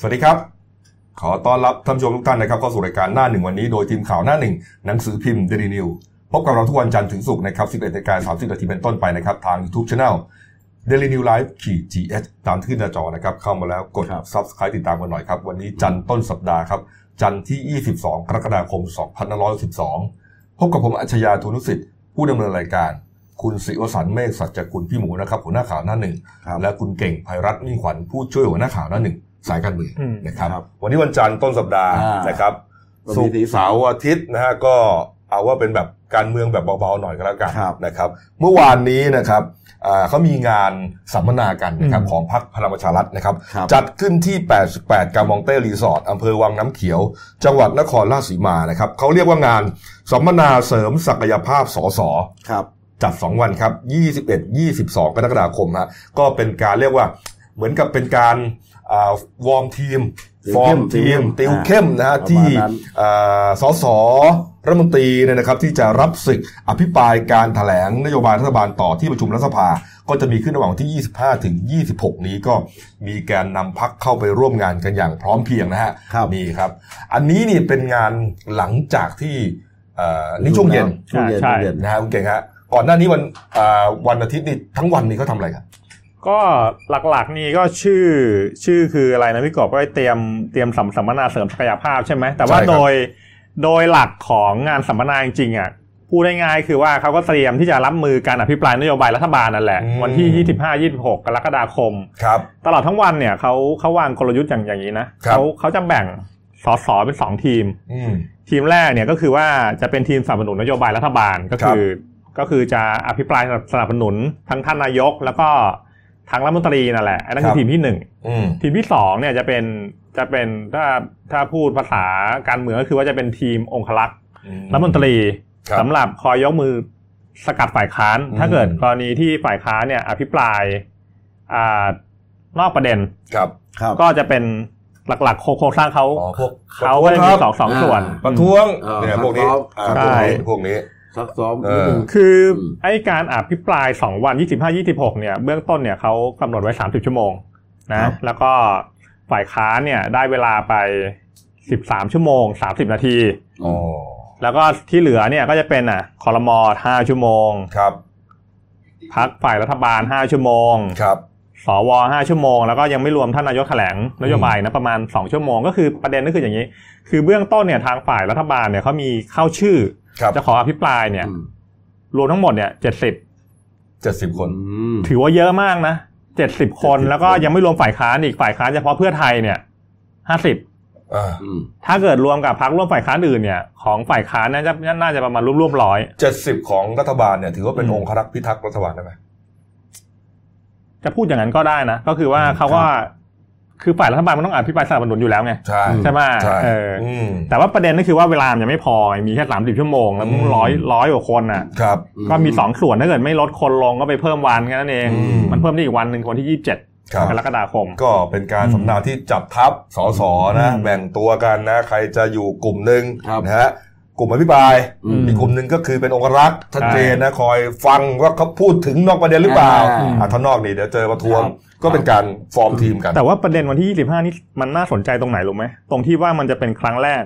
สวัสดีครับ ขอต้อนรับท่านผู้ชมทุกท่านนะครับเข้าสู่รายการหน้าหนึ่งวันนี้โดยทีมข่าวหน้าหนึ่งหนังสือพิมพ์เดลินิวพบกับเราทุกวันจันทร์ถึงศุกร์นะครับ 11นาฬิกา30นาทีเป็นต้นไปนะครับ ทาง YouTube Channel Daily New Life ขีด GH ตามที่ขึ้นหน้าจอนะครับ เข้ามาแล้วกด Subscribe ติดตามกันหน่อยครับ วันนี้จันทร์ต้นสัปดาห์ครับ จันทร์ที่ 22 กรกฎาคม 2512 พบกับผมอัจฉริยะธนุสิทธิ์ผู้ดำเนินรายการ คุณศิวสันต์เมฆสัจจกุลพี่หมูนะครับหัวหน้าข่าวหน้าหนึ่ง ครับ และคุณเก่งภัยรัตน์มิ่งขวัญผู้ช่วยหัวหน้าข่าวหน้าหนึ่งสายการเมือง อืม นะครับ ครับ วันนี้วันจันทร์ต้นสัปดาห์ อ่าน นะครับ วันนี้ ศุกร์ ดี เสาร์อาทิตย์นะฮะก็เอาว่าเป็นแบบการเมืองแบบเบาๆหน่อยก็แล้วกัน ครับ นะครับเมื่อวานนี้นะครับอ่าเขามีงานสัมมนากันนะครับ อืม ของพรรคพลังประชารัฐนะครับ ครับ จัดขึ้นที่ 88 กามองเต้รีสอร์ทอำเภอวังน้ำเขียว จังหวัดนครราชสีมานะครับเขาเรียกว่างานสัมมนาเสริมศักยภาพสส ครับ จัด 2 วันครับ 21 22 กรกฎาคมฮะ ก็เป็นการเรียกว่าเหมือนกับเป็นการอ่าวอร์มทีม ติว ฟอ เข้ ร์ม ม ทีม ติ ติว วเข้ เข้ม ม นะฮะ ประมาณ ที่ นั้น อ่าสสรัฐมนตรีเนี่ยนะครับ ที่จะรับศึกอภิปรายการแถลงนโยบายรัฐบาลต่อที่ประชุมรัฐสภา ก็จะมีขึ้นระหว่างวันที่ 25 ถึง 26 นี้ก็มีแกนนำพักเข้าไปร่วมงานกันอย่างพร้อมเพรียงนะฮะ ครับ นี่ครับ อันนี้นี่เป็นงานหลังจากที่เอ่อนี่ช่วงเย็น ช่วงเย็น อ่าใช่ ช่วงเย็น นะฮะคุณเก่งฮะก่อนหน้านี้วันอ่าวันอาทิตย์นี่ทั้งวันนี่เขาทำอะไรกัน ก็หลักๆนี่ก็ชื่อชื่อคืออะไรนะพี่กอบก็เตรียมเตรียมสัมสัมมนาเสริมศักยภาพใช่ไหมแต่ว่า ใช่ครับ โดยโดยหลักของงานสัมมนาจริงๆอ่ะพูดง่ายๆคือว่าเขาก็เตรียมที่จะรับมือการอภิปรายนโยบายรัฐบาลนั่นแหละ วันที่ 25-26 กรกฎาคม ครับ ตลอดทั้งวันเนี่ยเขาเขาวางกลยุทธ์อย่างอย่างนี้นะครับ เขาเขาจะแบ่งสอสอเป็นสองทีม อืม ทีมแรกเนี่ยก็คือว่าจะเป็นทีมสนับสนุนนโยบายรัฐบาลก็คือ ก็คือจะอภิปรายสนับสนุนทั้งท่านนายก แล้วก็ทั้งรัฐมนตรีนั่นแหละอันนั้นคื ครั อบ ทีมที่หนึ่ง อืม ทีมที่สองเนี่ยจะเป็นจะเป็นถ้าถ้าพูดภาษาการเมืองก็คือว่าจะเป็นทีมองคลักษ์ อื รัฐมนตรี ครับ สำหรับคอยยกมือสกัดฝ่ายค้าน อืม ถ้าเกิดกรณีที่ฝ่ายค้านเนี่ยอภิปรายอ่านอกประเด็น ครับ ครับ ก็จะเป็นหลักๆ โครงสร้างเขา อ๋อพวก เขาก็จะมีสองสอง อ่า ส่วน ประท้วง เออ เนี่ย ครับ พวกนี้ ครับ อ่า ใช่ พวกนี้พวกนี้ ซักซ้อม เอ นิด อ นึง คืออ ม ไอ้การอภิปราย 2 วัน 25 26 เนี่ย เบื้องต้นเนี่ยเขากำหนดไว้ 30 ชั่วโมง ค นะ รับ แล้วก็ฝ่ายค้านเนี่ยได้เวลาไป 13 ชั่วโมง 30 นาที อ๋อ แล้วก็ที่เหลือเนี่ยก็จะเป็นอ่ะคอรมอ5ชั่วโมง ครับ พักฝ่ายรัฐบาล 5 ชั่วโมง ครับ สว 5 ชั่วโมง แล้วก็ยังไม่รวมท่านนายกแถลงนโยบายนะประมาณ 2 ชั่วโมง ก็คือประเด็นก็คืออย่างนี้ คือเบื้องต้นเนี่ยทางฝ่ายรัฐบาลเนี่ยเขามีเข้าชื่อ ครับ จะขออภิปรายเนี่ย อืม รวมทั้งหมดเนี่ย70 เจ็ดสิบคน อืม ถือว่าเยอะมากนะเจ็ดสิบคน 70 แล้วก็ คน ยังไม่รวมฝ่ายค้านอีกฝ่ายค้านเฉพาะเพื่อไทยเนี่ยห้าสิบ อ่า อืม ถ้าเกิดรวมกับพักร่วมฝ่ายค้านอื่นเนี่ยของฝ่ายค้านน่าจะน่าจะประมาณร่วมๆร้อย เจ็ดสิบของรัฐบาลเนี่ยถือว่าเป็น อืม องครักษ์พิทักษ์รัฐบาลได้ไหม จะพูดอย่างนั้นก็ได้นะ ก็คือว่า อืม เขาก็คือฝ่ายรัฐบาลมันต้องอภิปรายสนับสนุนอยู่แล้วไง ใช่ ใช่ไหม ใช่ เอออ อืม แต่ว่าประเด็นก็คือว่าเวลามันยังไม่พอมีแค่สามสิบชั่วโมงแล้วมัน อืม ร้อยร้อยกว่าคนน่ะ ครับ ก็มีสองส่วนถ้าเกิดไม่ลดคนลงก็ไปเพิ่มวันแค่นั้นเอง อืม มันเพิ่มได้อีกวันหนึ่งวันที่ยี่สิบเจ็ด ครับ กรกฎาคม ก็เป็นการ อืม สำนาที่จับทัพสสนะ อืม แบ่งตัวกันนะ ใครจะอยู่กลุ่มหนึ่ง ครับ นะฮะกลุ่มอภิปราย อืม อีกกลุ่มหนึ่งก็คือเป็นองครักษ์ชัดเจนนะคอยฟังว่าเขาพูดถึงนอกประเด็นหรือเปล่า อ่า อ่ะถ้านอกนี่เดี๋ยวเจอประท้วง ครับ ก็เป็นการฟอร์มทีมกัน แต่ว่าประเด็นวันที่ 25 นี่มันน่าสนใจตรงไหนรู้ไหม ตรงที่ว่ามันจะเป็นครั้งแรก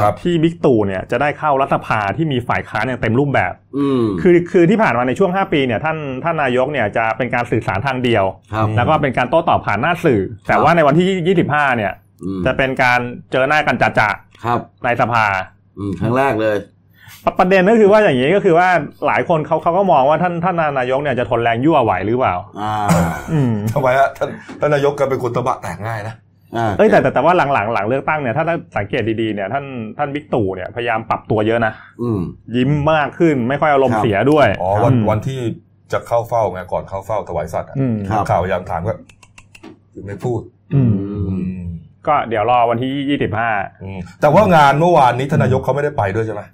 ครับ ที่บิ๊กตู่เนี่ยจะได้เข้ารัฐสภาที่มีฝ่ายค้านอย่างเต็มรูปแบบ อืม คือคือที่ผ่านมาในช่วง 5 ปีเนี่ยท่านท่านนายกเนี่ยจะเป็นการสื่อสารทางเดียว ครับ แล้วก็เป็นการโต้ตอบผ่านหน้าสื่อ แต่ว่าในวันที่ 25 เนี่ย อืม จะเป็นการเจอหน้ากันจัดจะ ครับ ๆในสภา อืมครั้งแรกเลย ประประเด็นก็คือว่าอย่างนี้ก็คือว่าหลายคนเขาเขาก็มองว่าท่านท่านนายกเนี่ยจะทนแรงยั่วไหวหรือเปล่า อ่า อืม ทำไมฮะท่านท่านนายกก็เป็นคนตะบะแตกง่ายนะ อ่า เอ้ยแต่แต่แต่ว่าหลังหลังหลังเลือกตั้งเนี่ยถ้าถ้าสังเกตดีๆเนี่ยท่านท่านบิ๊กตู่เนี่ยพยายามปรับตัวเยอะนะ อืม ยิ้มมากขึ้นไม่ค่อยอารม ครั ณ์ บ เสียด้วย อ๋อวัน อืม วันที่จะเข้าเฝ้าไงก่อนเข้าเฝ้าถวายสัตว์อะ อืม ครับ ข่าวยามถามก็ไม่พูด อืม อืม ก็เดี๋ยวรอวันที่ยี่สิบห้า อืมแต่ว่างานเมื่อวานนี้ท่านนายกเขาไม่ได้ไปด้วยใช่ไหม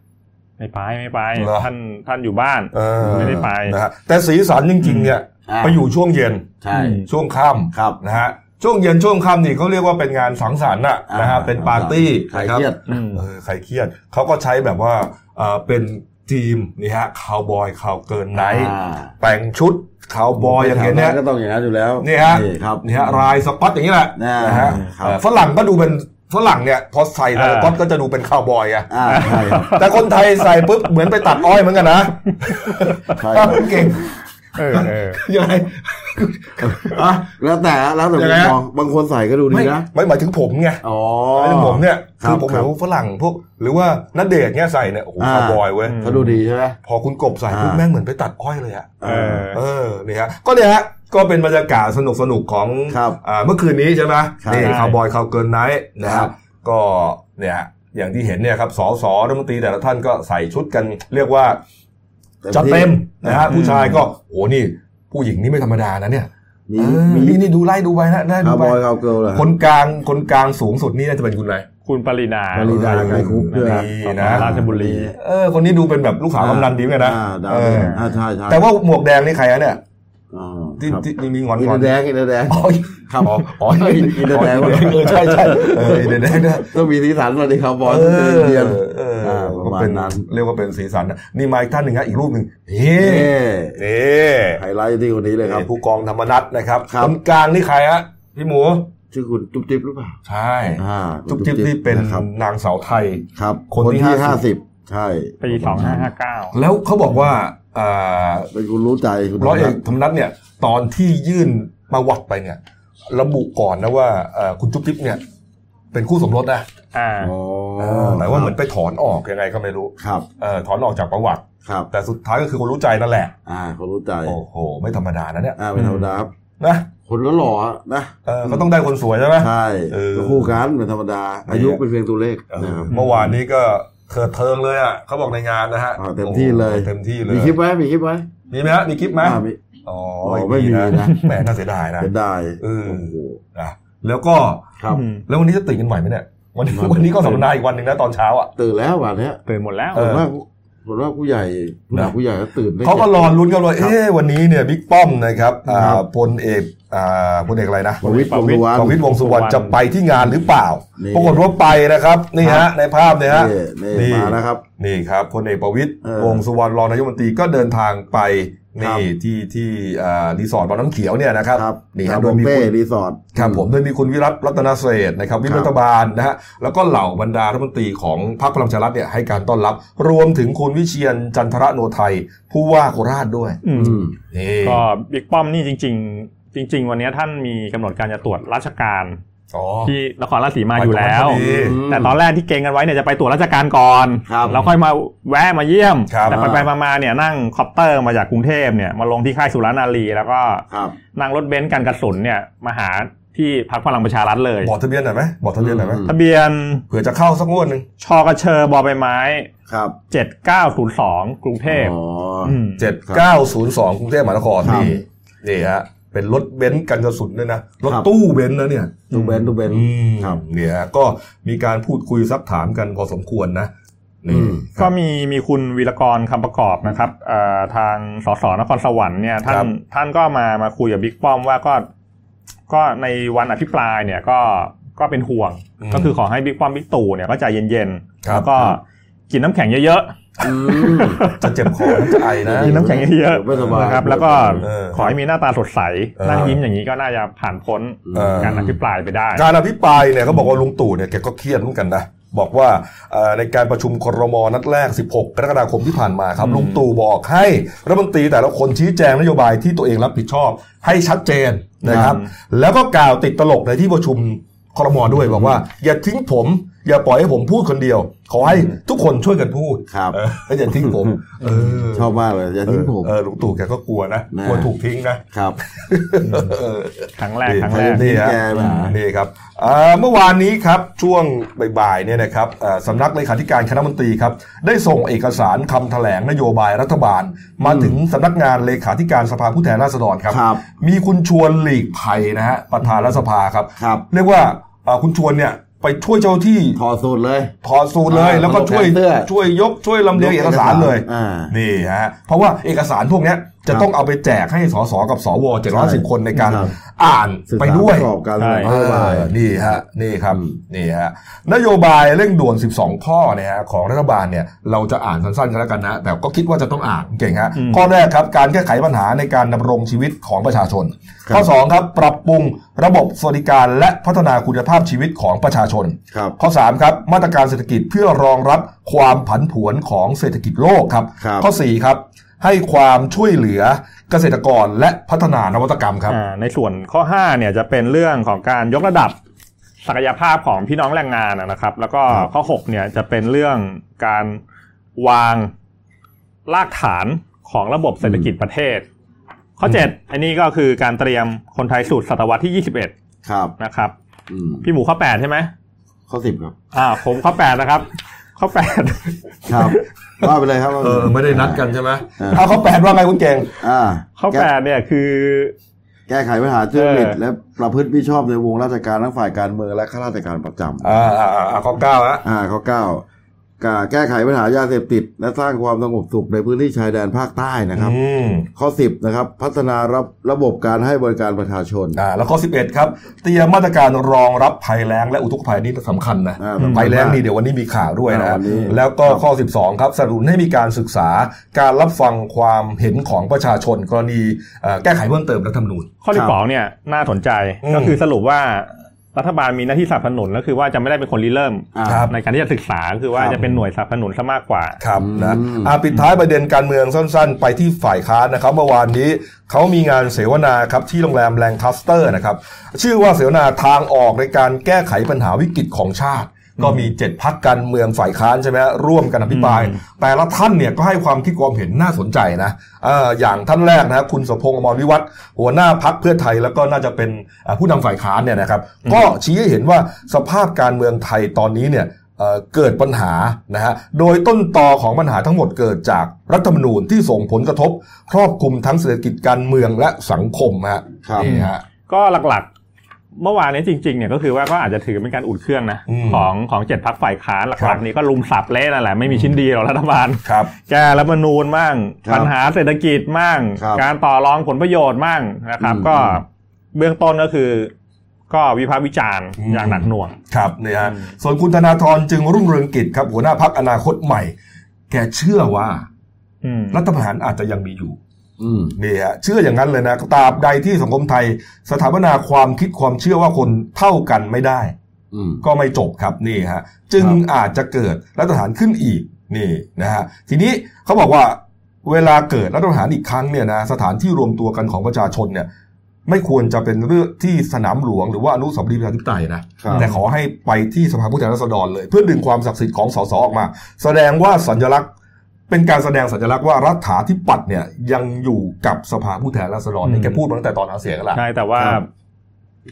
ไม่ไปไม่ไป เหรอ ท่านท่านอยู่บ้าน เออ ไม่ได้ไป นะฮะแต่สีสันจริงๆเนี่ย อ่า ไปอยู่ช่วงเย็น ใช่ อืม ช่วงค่ ครับ ำนะฮะช่วงเย็นช่วงค่ำนี่เขาเรียกว่าเป็นงานสังสรรค์น่ะ อ่ นะฮะเป็นปาร์ตี้ ใคร นะครั เครียด อืม เออใครเครียดเขาก็ใช้แบบว่าเอ่อเป็นทีมนี่ฮะคาวบอยคาวเกินไนท์ อ่า แต่งชุด คาวบอยอย่างเงี้ยนะ ก็ต้องอย่างนั้นอยู่แล้ว นี่ฮะ ครับ เนี่ยฮะรายสก็อตอย่างนี้แหละ อ่าน นะฮะ ครับ ฝรั่งก็ดูเป็นฝรั่งเนี่ยพอใส่รายสก็อตก็จะดูเป็นคาวบอยอะ อ่าใช่ครับ แต่คนไทยใส่ปุ๊บเหมือนไปตัดอ้อยเหมือนกันนะ ใช่ครับ เก่ง เออเออ ยังไง อ่ะแล้วแต่แล้วแต่ ยั มุ งไง ม ฮะ มองบางคนใส่ก็ดูดี ไม่ นะ ไม่หมายถึงผมไง อ๋อ ไอ้ผมเนี่ย ครั คื บ อผมเห็นว่าฝรั่งพวก หรือว่านัดเดทเนี่ยใส่เนี่ยโอ้โห อ่า คาวบอยเว้ย อืม เขาดูดีใช่ไหม พอคุณกบใส่ อ่า ปุ๊บแม่งเหมือนไปตัดอ้อยเลยอะ เออ เออนี่ฮะก็เนี่ยฮะก็เป็นบรรยากาศสนุกสนุกๆของ ครับ อ่าเมื่อคืนนี้ใช่ไหม ครับ นี่คาวบอยคาวเกินไนท์นะ ครั ฮะ บ ก็เนี่ยอย่างที่เห็นเนี่ยครับสสรัฐมนตรีแต่ละท่านก็ใส่ชุดกันเรียกว่าจัดเต็มนะฮะ อืม ผู้ชายก็โอ้โหนี่ ผู้หญิงนี่ไม่ธรรมดานะเนี่ย มี เออ มี นี่นี่ดูไล่ดูไปนะได้ คา ดู วบ ไป อยคาวเกิร์ลเหรอ คนกลางคนกลางสูงสุดนี่น่าจะเป็นคุณอะไร คุณปรินา มารีดาไกรคุปด้วย นี่นะ ราชบุรี เออคนนี้ดูเป็นแบบลูกสาวกำนันดีเหมือนกันนะ อ่าได้ เออ อ่าใช่ใช่ แต่ว่าหมวกแดงนี่ใครอะเนี่ย อ๋อ ที่ ครับ ที่มีงอน อิน ง เด อน อร์แดงอินเดอร์แดง อ๋อ ครับ อ๋ออ๋อ เฮ้ยอินเดอร์แดง เออใช่ใช่เอออินเดอร์แดงนะ ต้องมีสีสันมาดิครับบอย เอ ต้อง อ เรียน เออ อ่าประ ก็ มาณ เป็น นั้น เรียกว่าเป็นสีสันนะนี่มาอีกท่านหนึ่งฮะอีกรูปหนึ่งนี่ เอ๊ะ นี่ ไฮไลท์ที่คนนี้เลยครับ ผู้กองธรรมนัฐนะครับ ครับ นกลางนี่ใครฮะพี่หมู ชื่อคุณจุ๊บจิ๊บหรือเปล่า ใช่ อ่า จุ๊บจิ๊บนี่เป็นะครับ นางสาวไทย ครับ ค คน น ที่ ที่ห้า 50 สิบใช่ ปีสองห้าห้าเก้า แล้วเขาบอกว่าอ่า เป็นคุณรู้ใจคุณ ร้อยเอกธธมนัสรรมนัฐเนี่ยตอนที่ยื่นประวัติไปเนี่ย ระบุก่อนนะว่าเอ่อคุณจุ๊บจิ๊บเนี่ย เป็นคู่สมรสนะ อ่า อ๋อ แต่ว่าเหมือนไปถอนออกยังไงก็ไม่รู้ ครับ เอ่อถอนออกจากประวัติ ครับ แต่สุดท้ายก็คือคนรู้ใจนั่นแหละ อ่าเขารู้ใจ โอ้โห ไม่ธรรมดานะเนี่ย อ่าเป็นธรรมดาครับ นะ คนก็หล่ออะนะ เออก็ต้องได้คนสวยใช่ไหม ใช่ เออ ก็คู่กันเป็นธรรมดา อายุเป็นเพียงตัวเลข เออ นะครับ เมื่อวานนี้ก็เถิดเทิงเลยอ่ะเขาบอกในงานนะฮะ อ่าเต็มที่เลย โอ้โหเต็มที่เลย มีคลิปไหมมีคลิปไหม มีไหมฮะมีคลิปไหม อ่ามี อ๋อ อ๋อไม่มีนะ แหมน่าเสียดายนะ เป็นได้ เออ โอ้โห นะแล้วก็ ครับ อืม แล้ววันนี้จะตื่นกันไหวไหมเนี่ยวันนี้ ไม่ วันนี้ก็สัมมนาอีกวันหนึ่งนะตอนเช้าอ่ะ ตื่นแล้ววันเนี้ย ตื่นหมดแล้ว เอ ผ อ มว่าผมว่าผู้ใหญ่ผู้หลักผู้ใหญ่ก็ตื่นได้ เขาก็รอลุ้นกันว่าเอ๊ะวันนี้เนี่ยบิ๊กป้อมนะครับอ่า ครับ พลเอกอ่าพลเอกอะไรนะ ประวิตรวงษ์สุวรรณ ประวิตรวงษ์สุวรรณ วงษ์สุวรรณ จะไปที่งานหรือเปล่า นี่ ปรากฏว่าไปนะครับนี่ ครั ฮะ บ ในภาพเนี่ยฮะ นี่ นี่ นี่มาแล้วครับ นี่ครับพลเอกประวิตร เออ วงษ์สุวรรณรองนายกรัฐมนตรีก็เดินทางไป ครั นี่ บ ที่ที่อ่ารีสอร์ทบางน้ำเขียวเนี่ยนะครับ ครับ นี่ ค ฮะ รับ โด โด ย ม มี เป้ คุณ รีสอร์ท ครับผมโดยมีคุณวิรัตรัตนเศรษฐ์นะครับวิปรัฐบาลนะฮะแล้วก็เหล่าบรรดารัฐมนตรีของพรรคพลังประชารัฐเนี่ยให้การต้อนรับ รวมถึงคุณวิเชียนจันทระโนไทยผู้ว่าโคราชด้วย อืม อืม นี่ ก็บิ๊กป้อมนี่จริง ๆ จริง ๆ วันนี้ท่านมีกำหนดการจะตรวจราชการ อ๋อ ที่นครราชสีมาอยู่แล้ว ไปตรวจพอดี แต่ตอนแรกที่เกรงกันไว้เนี่ยจะไปตรวจราชการก่อน ครับ แล้วค่อยมาแวะมาเยี่ยม ครับ แต่ไปไปๆมาๆเนี่ยนั่งคอปเตอร์มาจากกรุงเทพเนี่ยมาลงที่ค่ายสุรนารีแล้วก็ ครับ นั่งรถเบนซ์กันกระสุนเนี่ยมาหาที่พักพลังประชารัฐเลย บอกทะเบียนหน่อยไหมบอกทะเบียนหน่อยไหม อืม ทะเบียน เผื่อจะเข้าสักงวดหนึ่ง ชอกระเชอบอใบไม้ ครับ 7902 กรุงเทพ อ๋ออ ม เจ็ดเก้าศูนย์สองกรุงเทพมหานคร ครับ นี่นี่ฮะเป็นรถเบนซ์กันกระสุนด้วยนะรถ ครับ ตู้เบนซ์นะเนี่ย ดูเบนซ์ดูเบนซ์ ครับ เนี่ยฮะก็มีการพูดคุยซักถามกันพอสมควรนะ อื นี่ ม ค ก็ รับ มีมีคุณวีรกรคำประกอบนะครับเอ่อทางสสนครสวรรค์เนี่ย ค ท่า รั น บ ท่านก็มามาคุยกับบิ๊กป้อมว่าก็ก็ในวันอภิปรายเนี่ยก็ก็เป็นห่วง ก็คือขอให้บิ๊กป้อมบิ๊กตู่เนี่ยก็ใจเย็นๆแล้วก็กินน้ำแข็งเยอะ อืม จะเจ็บคอจะไอนะ ๆกินน้ำแข็งเยอะ ไม่สบาย ๆนะครับแล้วก็ เออ ขอให้มีหน้าตาสดใส เออ นั่งยิ้มอย่างนี้ก็น่าจะผ่านพ้น เออ การอภิปรายไปได้ การอภิปรายเนี่ยเขาบอกว่าลุงตู่เนี่ยแกก็เครียดเหมือนกันนะบอกว่าเอ่อในการประชุมครมนัดแรก 16 กรกฎาคมที่ผ่านมาครับ อืม ลุงตู่บอกให้รัฐมนตรีแต่ละคนชี้แจงนโยบายที่ตัวเองรับผิดชอบ ให้ชัดเจนนะครับ แล้วก็กล่าวติดตลกในที่ประชุมครมด้วยบอกว่า อย่าทิ้งผม อย่าปล่อยให้ผมพูดคนเดียว ขอให้ทุกคนช่วยกันพูด ครับ เอออย่าทิ้ง ผมเออ ชอบมากเลยอย่าทิ้งผม เออลุงตู่แกก็กลัวนะ นะ กลัวถูกทิ้งนะครับ เออ ครั้งแรกครั้งแรก นี่ฮะ แกมา นี่ครับเอ่อเมื่อวานนี้ครับช่วงบ่ายๆเนี่ยนะครับเอ่อสำนักเลขาธิการคณะมนตรีครับได้ส่งเอกสารคำแถลงนโยบายรัฐบาล มาถึงสำนักงานเลขาธิการสภาผู้แทนราษฎรครับ ครับ มีคุณชวนหลีกภัยนะฮะประธานรัฐสภาครับ ครับ เรียกว่าเอ่อคุณชวนเนี่ยไปช่วยเจ้าที่ ถอดสูตรเลย ถอดสูตรเลย อ่า แล้วก็ช่วย ยกแขนเสื้อ ช่วยยกช่วยลำเลียงเอกสารเลย อ่า นี่ฮะเพราะว่าเอกสารพวกเนี้ย จะต้องเอาไปแจกให้สสกับสวเจ็ดร้อยสิบคนในการ ครับ อ่าน ศึกษา ไปด้วย ประกอบการ ใช่ นโยบาย เออนี่ฮะนี่ครับนี่ฮะนโยบายเร่งด่วน 12 ข้อเนี่ยฮะของรัฐบาลเนี่ยเราจะอ่านสั้นๆกันแล้วกันนะแต่ก็คิดว่าจะต้องอ่านเก่งฮะ อืม ข้อแรกครับการแก้ไขปัญหาในการดำรงชีวิตของประชาชน ครับ ข้อ 2 ครับ ปรับปรุงระบบสวัสดิการและพัฒนาคุณภาพชีวิตของประชาชน ครับ ข้อ 3 ครับ มาตรการเศรษฐกิจเพื่อรองรับความผันผวนของเศรษฐกิจโลกครับ ครับ ข้อ 4 ครับ ให้ความช่วยเหลือเกษตรกรและพัฒนานวัตกรรมครับ อ่าในส่วนข้อ5เนี่ยจะเป็นเรื่องของการยกระดับศักยภาพของพี่น้องแรงงานนะนะครับ แล้วก็ข้อ6เนี่ยจะเป็นเรื่องการวางรากฐานของระบบเศรษฐกิจประเทศ ข้อ 7 อันนี้ก็คือการเตรียมคนไทยสู่ศตวรรษที่ ครับ 21 นะครับ อืม พี่หมูข้อ 8 ใช่ไหม ข้อสิบครับ อ่าผมข้อ 8 นะครับ ข้อ ครับว่าไปเลยครับว่าป เอ ลย อไม่ได้นัดกันใช่ไหม อ่า เอาเขาแปดว่าไงคุณเก่ง อ่า 8 ข้อ แก้ 8 เนี่ยคือ แก้ไขปัญหาทุจริต เออ และประพฤติมิชอบในวงราชการทั้งฝ่ายการเมืองและข้าราชการประจำ อ่าอ่าอ่าข้อเก้าฮะ อ่าข้อเก้าการแก้ไขปัญหายาเสพติด และสร้างความสงบสุขในพื้นที่ชายแดนภาคใต้นะครับ อืม ข้อ 10นะครับพัฒนาระบระบบการให้บริการประชาชน อ่าแล้วข้อ 11 ครับ เตรียมมาตรการรองรับภัยแล้งและอุทกภัยนี่สำคัญนะ อ่า ภัยแล้งนี่เดี๋ยววันนี้มีข่าวด้วยนะ อ่าวันนี้ แล้วก็ข้อ 12 ครับสนับสนุนให้มีการศึกษาการรับฟังความเห็นของประชาชน กรณีเอ่อแก้ไขเพิ่มเติมรัฐธรรมนูญ ข้อที่ ครับ สองเนี่ยน่าสนใจ อืม ก็คือสรุปว่ารัฐบาลมีหน้าที่สนับสนุนก็คือว่าจะไม่ได้เป็นคนริเริ่ม อ่า ครับ ในการที่จะศึกษาคือว่า ครับ จะเป็นหน่วยสนับสนุนซะมากกว่า ครับนะ อืม อ่ะปิดท้ายประเด็นการเมืองสั้นๆ ไปที่ฝ่ายค้านนะครับเมื่อวานนี้เขามีงานเสวนาครับที่โรงแรมแรงคัสเตอร์นะครับชื่อว่าเสวนาทางออกในการแก้ไขปัญหาวิกฤตของชาติ ก็มีเจ็ดพักการเมืองฝ่ายค้านใช่ไหมฮะร่วมกันอภิปราย แต่ละท่านเนี่ยก็ให้ความคิดความเห็นน่าสนใจนะเอ่ออย่างท่านแรกนะคุณสมพงษ์อมรวิวัฒน์หัวหน้าพักเพื่อไทยแล้วก็น่าจะเป็นอ่ะผู้นำฝ่ายค้านเนี่ยนะครับก็ชี้ให้เห็นว่าสภาพการเมืองไทยตอนนี้เนี่ย เอ่อเกิดปัญหานะฮะ โดยต้นตอของปัญหาทั้งหมดเกิดจากรัฐธรรมนูญที่ส่งผลกระทบ ครอบคลุมทั้งเศรษฐกิจการเมืองและสังคมฮะ ครับ นี่ฮะ ก็หลักๆ เมื่อวานนี้จริงๆเนี่ยก็คือว่าก็อาจจะถือเป็นการอุดเครื่องนะ อืม ของของเจ็ดพักฝ่ายค้านคหรั ลั บ กๆนี้ก็ลุมสับเละนั่นแหละไม่มีชิ้นดีหรอกรัฐบาล ครับ แก้รัฐธรรมนูญมั่ง ครับ ปัญหาเศรษฐกิจมั่ง ครับ การต่อรองผลประโยชน์มั่งนะครับ อืม ก็เบื้องต้นก็คือ ก็วิพากษ์วิจารณ์ อืม อย่างหนักหน่วง ครับนี่ฮะ ส่วนคุณธนาธรจึงรุ่งเรืองกิจครับ หัวหน้าพักอนาคตใหม่ แกเชื่อว่า อืม รัฐประหารอาจจะยังมีอยู่ อืม นี่ฮะเชื่ออย่างนั้นเลยนะตราบใดที่สังคมไทย สถาปนาความคิดความเชื่อว่าคนเท่ากันไม่ได้ อืม ก็ไม่จบครับนี่ฮะจึงอาจจะเกิดรัฐประหารขึ้นอีกนี่นะฮะทีนี้เขาบอกว่าเวลาเกิดรัฐประหารอีกครั้งเนี่ยนะสถานที่รวมตัวกันของประชาชนเนี่ยไม่ควรจะเป็นเรื่องที่สนามหลวงหรือว่าอนุสาวรีย์ประชาธิปไตยนะครับ แต่ขอให้ไปที่สภาผู้แทนราษฎรเลย เพื่อดึงความศักดิ์สิทธิ์ของสสออกมา แสดงว่าสัญลักษณ์ เป็นการแสดงสัญลักษณ์ว่ารัฐาธิปัตย์เนี่ยยังอยู่กับสภาผู้แทนราษฎรเนี่ย อืม แกพูดมาตั้งแต่ตอนหาเสียงแล้วล่ะ ใช่แต่ว่า ครับ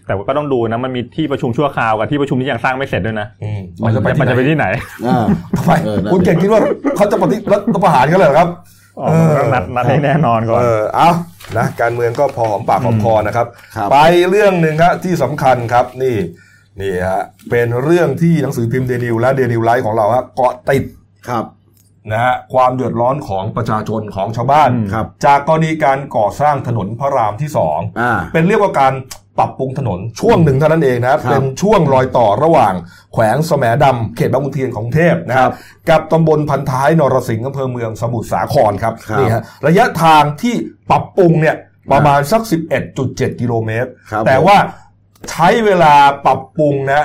แต่ว่าก็ต้องดูนะมันมีที่ประชุมชั่วคราวกับที่ประชุมที่ยังสร้างไม่เสร็จด้วยนะ อืมมันจะไป มันจะไป ที่ไหน ที่ไหน อ่า ทำไม เออนั่น คุณเก่งคิดว่าเขาจะปฏิรัฐประหารกันเลยเหรอครับ อ๋อมันต้องนัดนัดให้แน่นอนก่อน เออเอานะ การเมืองก็พอหอมปากหอมคอนะครับ ครับ ไปเรื่องหนึ่งครับที่สำคัญครับนี่นี่ฮะเป็นเรื่องที่หนังสือพิมพ์เดนิวและเดนิวไลท์ของเราฮะเกาะติด ครับ นะฮะความเดือดร้อนของประชาชนของชาวบ้าน อืม ครับ จากกรณีการก่อสร้างถนนพระรามที่สอง อ่า เป็นเรียกว่าการปรับปรุงถนนช่วงหนึ่งเท่านั้นเองนะครับ ครับ เป็นช่วงรอยต่อระหว่างแขวงแสมดำเขตบางขุนเทียนของกรุงเทพนะค ครั รับบ กับตำบลพันท้ายนรสิงห์อำเภอเมืองสมุทรสาครครับ ครับ นี่ฮะระยะทางที่ปรับปรุงเนี่ยประมาณสัก 11.7 กิโลเมตร ครับ แต่ว่าใช้เวลาปรับปรุงนะ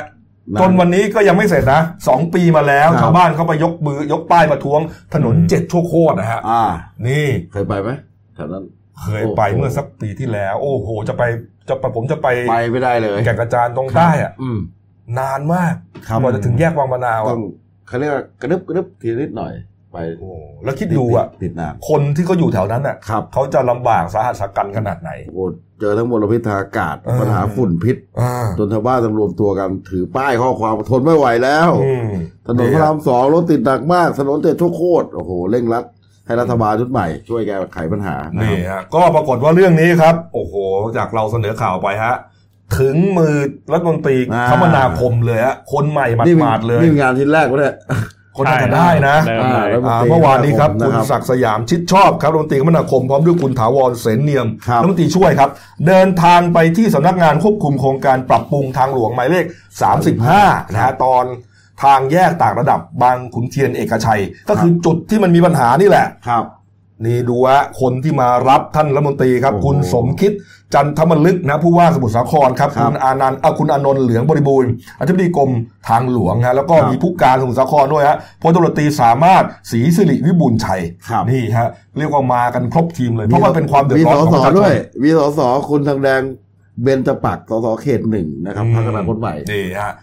นาน จนวันนี้ก็ยังไม่เสร็จนะสองปีมาแล้ว ครับ ชาวบ้านเขาไปยกมือยกป้ายประท้วงถนนเจ็ดชั่วโคตรนะฮะ อ่า นี่ เคยไปไหมแถวนั้น เคยไปเมื่อสักปีที่แล้ว โอ้โห จะไปจะไปผมจะไป ไปไม่ได้เลย แก่งกระจานตรงใต้อะ อืม นานมาก ครับ กว่าจะถึงแยกวังมะนาว ต้ อะ องเขาเรียกว่ากระดึบกระดึบทีละนิดหน่อย ไป โอ้โหแล้วคิดดูอ่ะ ติดน้ คนที่เขาอยู่แถวนั้นอ่ะ ำครับ เขาจะลำบากสาหัสสากันขนาดไหน โอ้โหเจอทั้งมลพิษทางอากาศ เออ ปัญหาฝุ่นพิษ อ่า จนชาวบ้านต้องรวมตัวกันถือป้ายข้อความทนไม่ไหวแล้ว อืม ถนนพระรามสองรถติดหนักมาก ถนนเจ็ดชั่วโคตรโอ้โห เร่งรัด ให้รัฐบาลชุดใหม่ ช่วยแก้ไขปัญหานะ นี่ ครับ ฮะก็ปรากฏว่าเรื่องนี้ครับ โอ้โห จากเราเสนอข่าวไปฮะ ถึงมือรัฐมนตรี อ่า คมนาคมเลยฮะคนใหม่ห นี่ป็น มาดๆเลย นี่เป็นงานชิ้นแรกวะเนี่ย คนน่าจะได้นะ เริ่ม อ่า เลย แล้ว อ่าเมื่อวานนี้ครับ ผมนะครับ คุณศักดิ์สยามชิดชอบครับรัฐมนตรีคมนาคมพร้อมด้วยคุณถาวรเสนเนียม ครับ รัฐมนตรีช่วยครับ เดินทางไปที่สำนักงานควบคุมโครงการปรับปรุงทางหลวงหมายเลข 35นะฮะตอนทางแยกต่างระดับบางขุนเทียนเอกชัย ก็คือจุดที่มันมีปัญหานี่แหละ ครับ นี่ดูว่าคนที่มารับท่านรัฐมนตรีครับ โอ้โห คุณสมคิดจันทมลึกนะผู้ว่าสมุทรสาครครับ ครับ คุณอานันต์เอาคุณอานนท์เหลืองบริบูรณ์อธิบดีกรมทางหลวงฮะแล้วก็ ครับ มีผู้การสมุทรสาครด้วยฮะพลตำรวจตรีสามารถศรีสิริวิบูลย์ชัย ครับ นี่ฮะเรียกว่ามากันครบทีมเลย เพราะว่าเป็นความเดือด มี ร้อนสอ ของ ส ประชาช ด้วน ยมีสอสอคุณทางแดงเบนจปักษ์สอสอเขตหนึ่งนะครับ อืม พรรคอนาคตใหม่ นี่ฮะ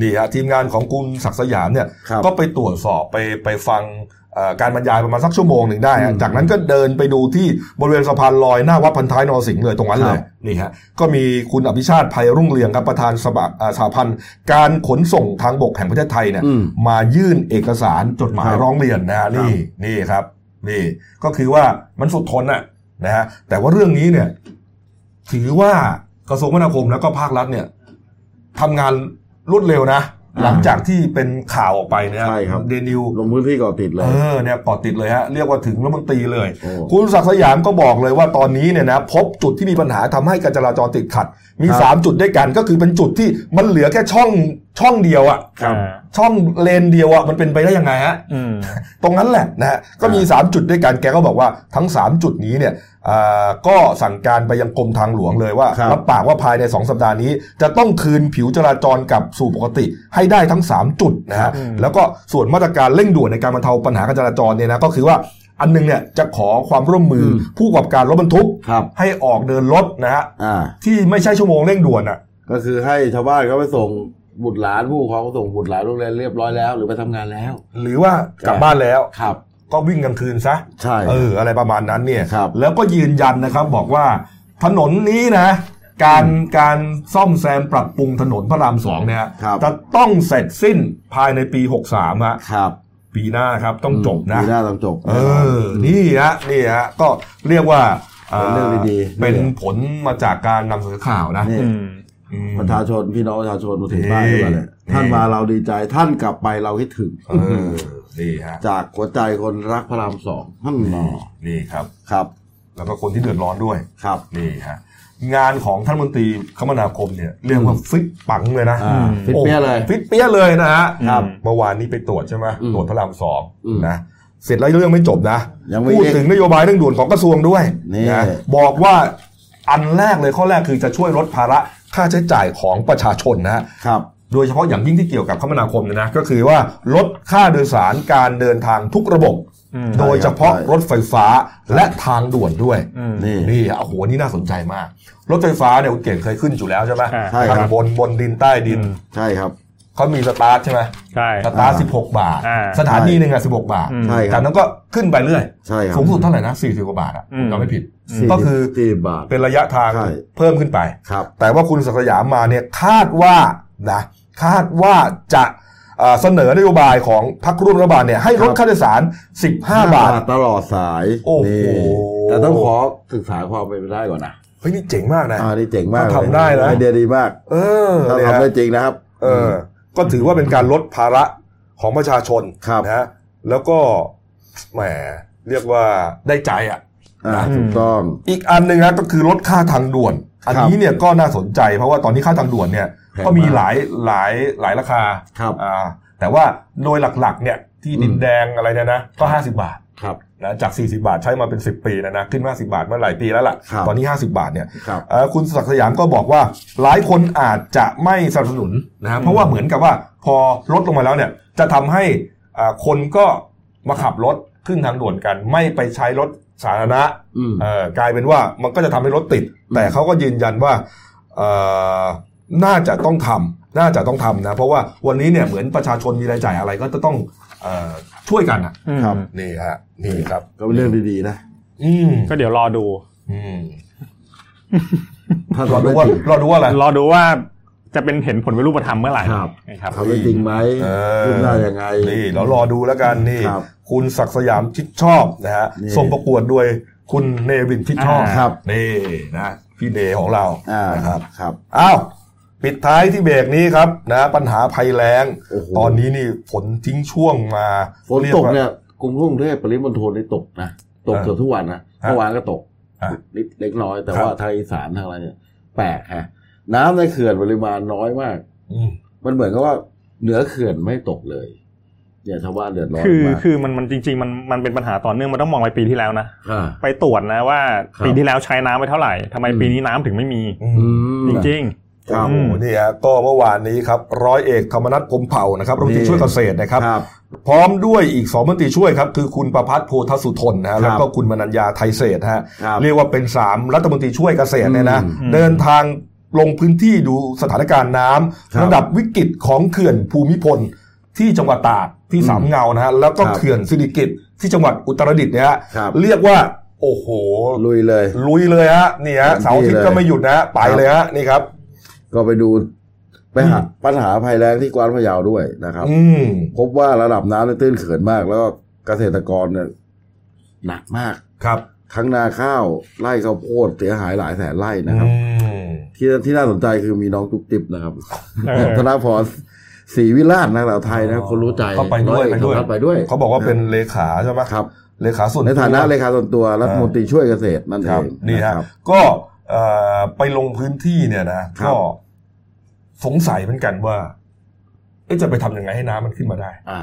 นี่ฮะทีมงานของคุณศักดิ์สยามเนี่ย ครับ ก็ไปตรวจสอบไปไปฟังเอ่อการบรรยายประมาณสักชั่วโมงหนึ่งได้ฮะ อืม จากนั้นก็เดินไปดูที่บริเวณสะพานลอยหน้าวัดพันท้ายนรสิงห์เลยตรงนั้นเล ค ย รับ นี่ฮะก็มีคุณอภิชาติภัยรุ่งเรืองครับประธานสภาเอ่อสหพันธ์การขนส่งทางบกแห่งประเทศไทยเนี่ย อืม มายื่นเอกสารจดหมาย ครับ ร้องเรียนนะฮะนี่นี่ครับ นี่ ก็คือว่ามันสุดทนน่ะนะฮะแต่ว่าเรื่องนี้เนี่ย ถือว่ากระทรวงคมนาคมแล้วก็ภาครัฐเนี่ยทำงานรวดเร็วนะ อ่า หลังจากที่เป็นข่าวออกไปเนะ ใช่ครับ เดนิว ลงพื้นที่ก่อติดเล เอย อเนี่ยก่อติดเลยฮะ เรียกว่าถึงรัฐมนตรีเลย โอ้ คุณศักดิ์สยามก็บอกเลยว่าตอนนี้เนี่ยนะพบจุดที่มีปัญหาทำให้การจราจรติดขัด มี ครับ สามจุดด้วยกันก็คือเป็นจุดที่มันเหลือแค่ช่องช่องเดียวอะ ครับ อ่า ช่องเลนเดียวอะมันเป็นไปได้ยังไงฮะ อืม ตรงนั้นแหละนะฮะก็มี 3 จุดด้วยกันแกก็บอกว่าทั้ง 3 จุดนี้เนี่ยอ่าก็สั่งการไปยังกรมทางหลวงเลยว่า ครับ บปากว่าภายใน 2 สัปดาห์นี้ จะต้องคืนผิวจราจรกลับสู่ปกติ ให้ได้ทั้ง 3 จุดนะฮะ อืม แล้วก็ส่วนมาตรการเร่งด่วนในการบรรเทาปัญหาการจราจรเนี่ยนะก็คือว่าอันหนึงเนี่ยจะขอความร่วมมืออผู้ประกอบการรถบรรทุก ครับ ให้ออกเดินรถนะฮะ อ่า ที่ไม่ใช่ชั่วโมงเร่งด่วนอ่ะ ก็คือให้ชาวบ้านเขาไปส่งบุตรหลานผู้ปกครองส่งบุตรหลานโรงเรียนเรียบร้อยแล้ว หรือไปทำงานแล้ว หรือว่ากลับบ้านแล้ว ครับ ก็วิ่งกลางคืนซะ ใช่ เอออะไรประมาณนั้นเนี่ย ครับ แล้วก็ยืนยันนะครับบอกว่าถนนนี้นะ การการซ่อมแซมปรับปรุงถนนพระรามสองเนี่ย ครับ จะต้องเสร็จสิ้นภายในปี 63ฮะ ครับ ปีหน้าครับต้องจบนะ มีหน้าต้องจบ เออ นี่ฮะนี่ฮะก็เรียกว่าา เป็นเรื่องดีๆ เป็นผลมาจากการนำเสนอข่าวนะ นี่ อืม อืม ประชาชนพี่น้องประชาชนมาถึงบ้านด้วยกันเนี่ย นี่ ท่านมาเราดีใจท่านกลับไปเราคิดถึง เออนี่ฮะ จากหัวใจคนรักพระรามสองท่านนอ นี่ครับ ครับ แล้วก็คนที่เดือดร้อนด้วย ครับ นี่ฮะงานของท่านมนตรีคมนาคมเนี่ยเรียกว่าฟิตปังเลยนะ อ่าฟิตเปี้ยเลย โอ้ฟิตเปี้ยเลยนะฮะ ครับ เมื่อวานนี้ไปตรวจใช่ไหม อืม ตรวจพระรามสอง อืม นะเสร็จแล้วเรื่องไม่จบนะ ยังไม่ พูดถึงนโยบายเรื่องด่วนของกระทรวงด้วย นี่ นะบอกว่าอันแรกเลยข้อแรกคือจะช่วยลดภาระค่าใช้จ่ายของประชาชนนะฮะ ครับ โดยเฉพาะอย่างยิ่งที่เกี่ยวกับคมนาคมเนี่ยนะก็คือว่าลดค่าโดยสารการเดินทางทุกระบบ อืม โดยเฉพาะ ใช่ รถไฟฟ้าและทางด่วนด้วย อืม นี่ นี่โอ้โหนี่น่าสนใจมาก รถไฟฟ้าเนี่ยคุณเก่งเคยขึ้นอยู่แล้วใช่ไหม อ่า ใช่ครับ ทางบนบนดินใต้ดิน อืม ใช่ครับ เขามีสตาร์ทใช่ไหม ใช่ สตาร์ท อ่า สิบหกบาท อ่า สถานีหนึ่งอะสิบหกบาท อืม ใช่ครับ จากนั้นก็ขึ้นไปเรื่อย ใช่ครับ สูงสุดเท่าไหร่นะสี่สิบกว่าบาทอะ อืม จำไม่ผิด สี่สิบ ก็คือ สี่สิบบาท เป็นระยะทาง ใช่ เพิ่มขึ้นไป ครับ แต่ว่าคุณศักดิ์สยามมาเนี่ยคาดว่านะคาดว่าจะเอ่อเสนอนโยบายของพรรคร่วมรัฐบาลเนี่ยให้ลด ครับ ค่าโดยสาร 15 บาท ตลอดสาย โอ้โห นี่แต่ต้องขอศึกษาความเป็นไปได้ก่อนนะ เฮ้ยนี่เจ๋งมากนะ อ่านี่เจ๋งมาก ถ้าทำได้นะ ไอเดียดีมาก เออ ถ้า เนี่ย ทำ ฮะ ได้จริงนะครับ เออ ก็ถือว่าเป็นการลดภาระของประชาชน ครับ นะฮะ แล้วก็แหมเรียกว่าได้ใจอ่ะ อ่า อืม ถูกต้อง อีกอันหนึ่งนะก็คือลดค่าทางด่วน อันนี้เนี่ยก็น่าสนใจเพราะว่าตอนนี้ค่าทางด่วนเนี่ย แพงมาก ก็มีหลายหลายหลายราคา ครับ อ่า แต่ว่าโดยหลักๆ เนี่ยที่ดิน อืม แดงอะไรเนี่ยนะก็ 50 บาท ครับ นะจาก 40 บาทใช้มาเป็น 10 ปีนะนะขึ้นมา 50 บาทมาหลายปีแล้ว ครั ล่ะ บ ตอนนี้ 50 บาทเนี่ย ครับ เอ่อคุณศักดิ์สยามก็บอกว่าหลายคนอาจจะไม่สนับสนุนนะฮะเพราะว่าเหมือนกับว่าพอลดลงมาแล้วเนี่ยจะทำให้อ่าคนก็มาขับรถขึ้นทางด่วนกัน ไม่ไปใช้รถสาธารณะ อืม เอ่อกลายเป็นว่ามันก็จะทำให้รถติด แต่เขาก็ยืนยันว่าเอ่อน่าจะต้องทำน่าจะต้องทำนะ เพราะว่าวันนี้เนี่ยเหมือนประชาชนมีรายจ่ายอะไรก็จะต้องเออช่วยกันอ่ะ อืม ครับ นี่ฮะนี่ครับ ก็เป็นเรื่องดีๆนะ อืม ก็เดี๋ยวรอดู อืม ถ้าร อ ทำ ดู ได้ ว่า จริง รอดูว่าอะไร รอดูว่าจะเป็นเห็นผลเป็นรูปธรรมเมื่อไหร่ ครับ นะครับ ทำได้จริงไหม เออ ขึ้นได้ยังไง นี่เรารอดูแล้วกันนี่ ครับ คุณศักดิ์สยามชิดชอบนะฮะ นี่ ส่งประกวดด้วยคุณเนวินชิดชอบ อ่า ครับ นี่นะพี่เดของเรา อ่า นะครับ ครับ อ้าว ปิดท้ายที่เบรกนี้ครับนะปัญหาภัยแล้ง โอ้โห ตอนนี้นี่ฝนทิ้งช่วงมา ฝน รี ตก ว่า เนี่ยกรุงกรุงเทพปริมณฑลนี่ตกนะตก อ่า เกือบทุกวันนะ ฮะ เมื่อวานก็ตก อ่ะ นิดเล็กน้อยแต่ ครับ ว่าทางอีสานทางอะไรเนี่ยแปลกฮะน้ำในเขื่อนปริมาณน้อยมาก อืม มันเหมือนกับว่าเหนือเขื่อนไม่ตกเลยเนี่ยชาวบ้านเดือดร้อน คือ มาก คือมันมันจริง ๆ มันมันเป็นปัญหาต่อเนื่องมันต้องมองไปปีที่แล้วนะ ค่ะ ไปตรวจนะว่า ครับ ปีที่แล้วใช้น้ำไปเท่าไหร่ทำไม อืม ปีนี้น้ำถึงไม่มี อื อื ม ม จริง ครั โอ้ บ โหนี่ฮะก็เมื่อวานนี้ครับร้อยเอกธรรมนัฐพรหมเผ่านะครับรัฐมนตรีช่วยเกษตรนะครับ ครับ พร้อมด้วยอีกสองมนตรีช่วยครับ คือคุณประพัฒน์โพธสุทนนะฮะ ครับ แล้วก็คุณมนัญญาไทยเศรษฐ์ฮะ ครับ เรียกว่าเป็น 3 รัฐมนตรีช่วยเกษตรเนี่ยนะ อื ม เดินทางลงพื้นที่ดูสถานการณ์น้ำ ครับ ระดับวิกฤตของเขื่อนภูมิพลที่จังหวัดตากที่สามเงานะฮะแล้วก็ ครับ เขื่อนสิริกิตที่จังหวัดอุตรดิตถ์เนี่ยฮะ ครับ เรียกว่าโอ้โห ลุยเลย ลุยเลยฮะนี่ฮะเสาร์อาทิตย์ก็ไม่หยุดนะฮะไปเลยฮะนี่ครับ ก็ไปดูไปหา อืม ปัญหาภัยแล้งที่กวานพะเยาด้วยนะครับ อืม พบว่าระดับน้ำในยตื้นเขินมาก แล้วก็เกษตรกรเนี่ยหนักมาก ครับ ทั้งนาข้าวไร่ข้าวโพดเสียหายหลายแสนไร่นะค อื รัมบที่ที่น่าสนใจคือมีน้องจุ๊บจิ๊บนะครับ เออ ธนาพรศรีวิราชนักดาวไทยนะ อ๋อ คนรู้ใจ ก็ไปด้วย ร้อเอก ไปด้วย ธรรมนัฐไปด้วย เขาบอกว่าเป็นเลขาใช่ไหม ครับ เลขาส่วน ใน ตัว ฐานะเลขาส่วนตัวรัฐมนตรีช่วยเกษตรนั่นเอ ครับ ง นี่ฮะ ครับ ก็เอ่อไปลงพื้นที่เนี่ยนะครับ ก็สงสัยเหมือนกันว่าเอ๊ะจะไปทำยังไงให้น้ำมันขึ้นมาได้ อ่า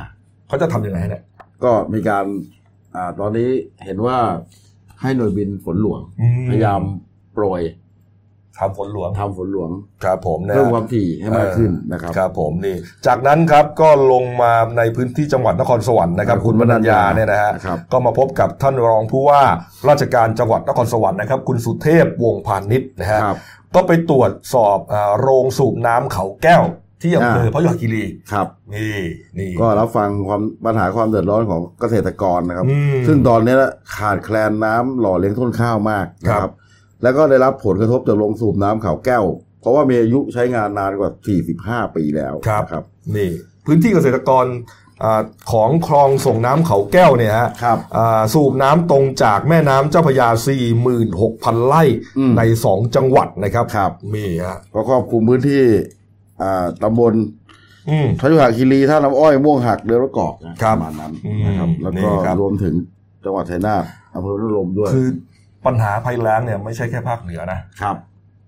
เขาจะทำยังไงเนี่ย ก็มีการอ่าตอนนี้เห็นว่าให้หน่วยบินฝนหลวง อื พยายามโปรย ทำฝนหลวง ทำฝนหลวง ครับผมนะ เพิ่มความถี่ให้มากขึ้นนะครับ ครับผมนี่ จากนั้นครับก็ลงมาในพื้นที่จังหวัดนครสวรรค์นะครับ ครับ คุณวรัญญาเนี่ยนะฮะ ครับ ก็มาพบกับท่านรองผู้ว่าราชการจังหวัดนครสวรรค์นะครับ คุณสุเทพวงศ์พานิชนะฮะ ครับ ก็ไปตรวจสอบอ่าโรงสูบน้ำเขาแก้ว ที่อำเภอพระยาคีรี ครับ นี่นี่ ก็รับฟังความปัญหาความเดือดร้อนของเกษตรกรนะครับ อืม ซึ่งตอนนี้นะขาดแคลนน้ำหล่อเลี้ยงต้นข้าวมากนะ ค ค รั รับ บ แล้วก็ได้รับผลกระทบจากโรงสูบน้ำเขาแก้ว เพราะว่ามีอายุใช้งานนานกว่า 45 ปีแล้ว ครับ นะ นี่ พื้นที่เกษตรกรอาของคลองส่งน้ำเขาแก้วเนี่ยฮะ ครับ อ่าสูบน้ำตรงจากแม่น้ำเจ้าพระยา 46,000 ไร่ อืม ใน 2 จังหวัดนะครับ ครับ มีฮะ ก็ครอบคลุมพื้นที่อ่าตำบล อืม พยุหคีรีท่าน้ำอ้อยม่วงหักเดือระกอบนะครับ ประมาณนั้น อืม นะครับ แล้วก็ นี่ครับ รวมถึงจังหวัดชัยนาทอำเภอพนลมด้วย คือปัญหาภัยแล้งเนี่ยไม่ใช่แค่ภาคเหนือนะ ครับ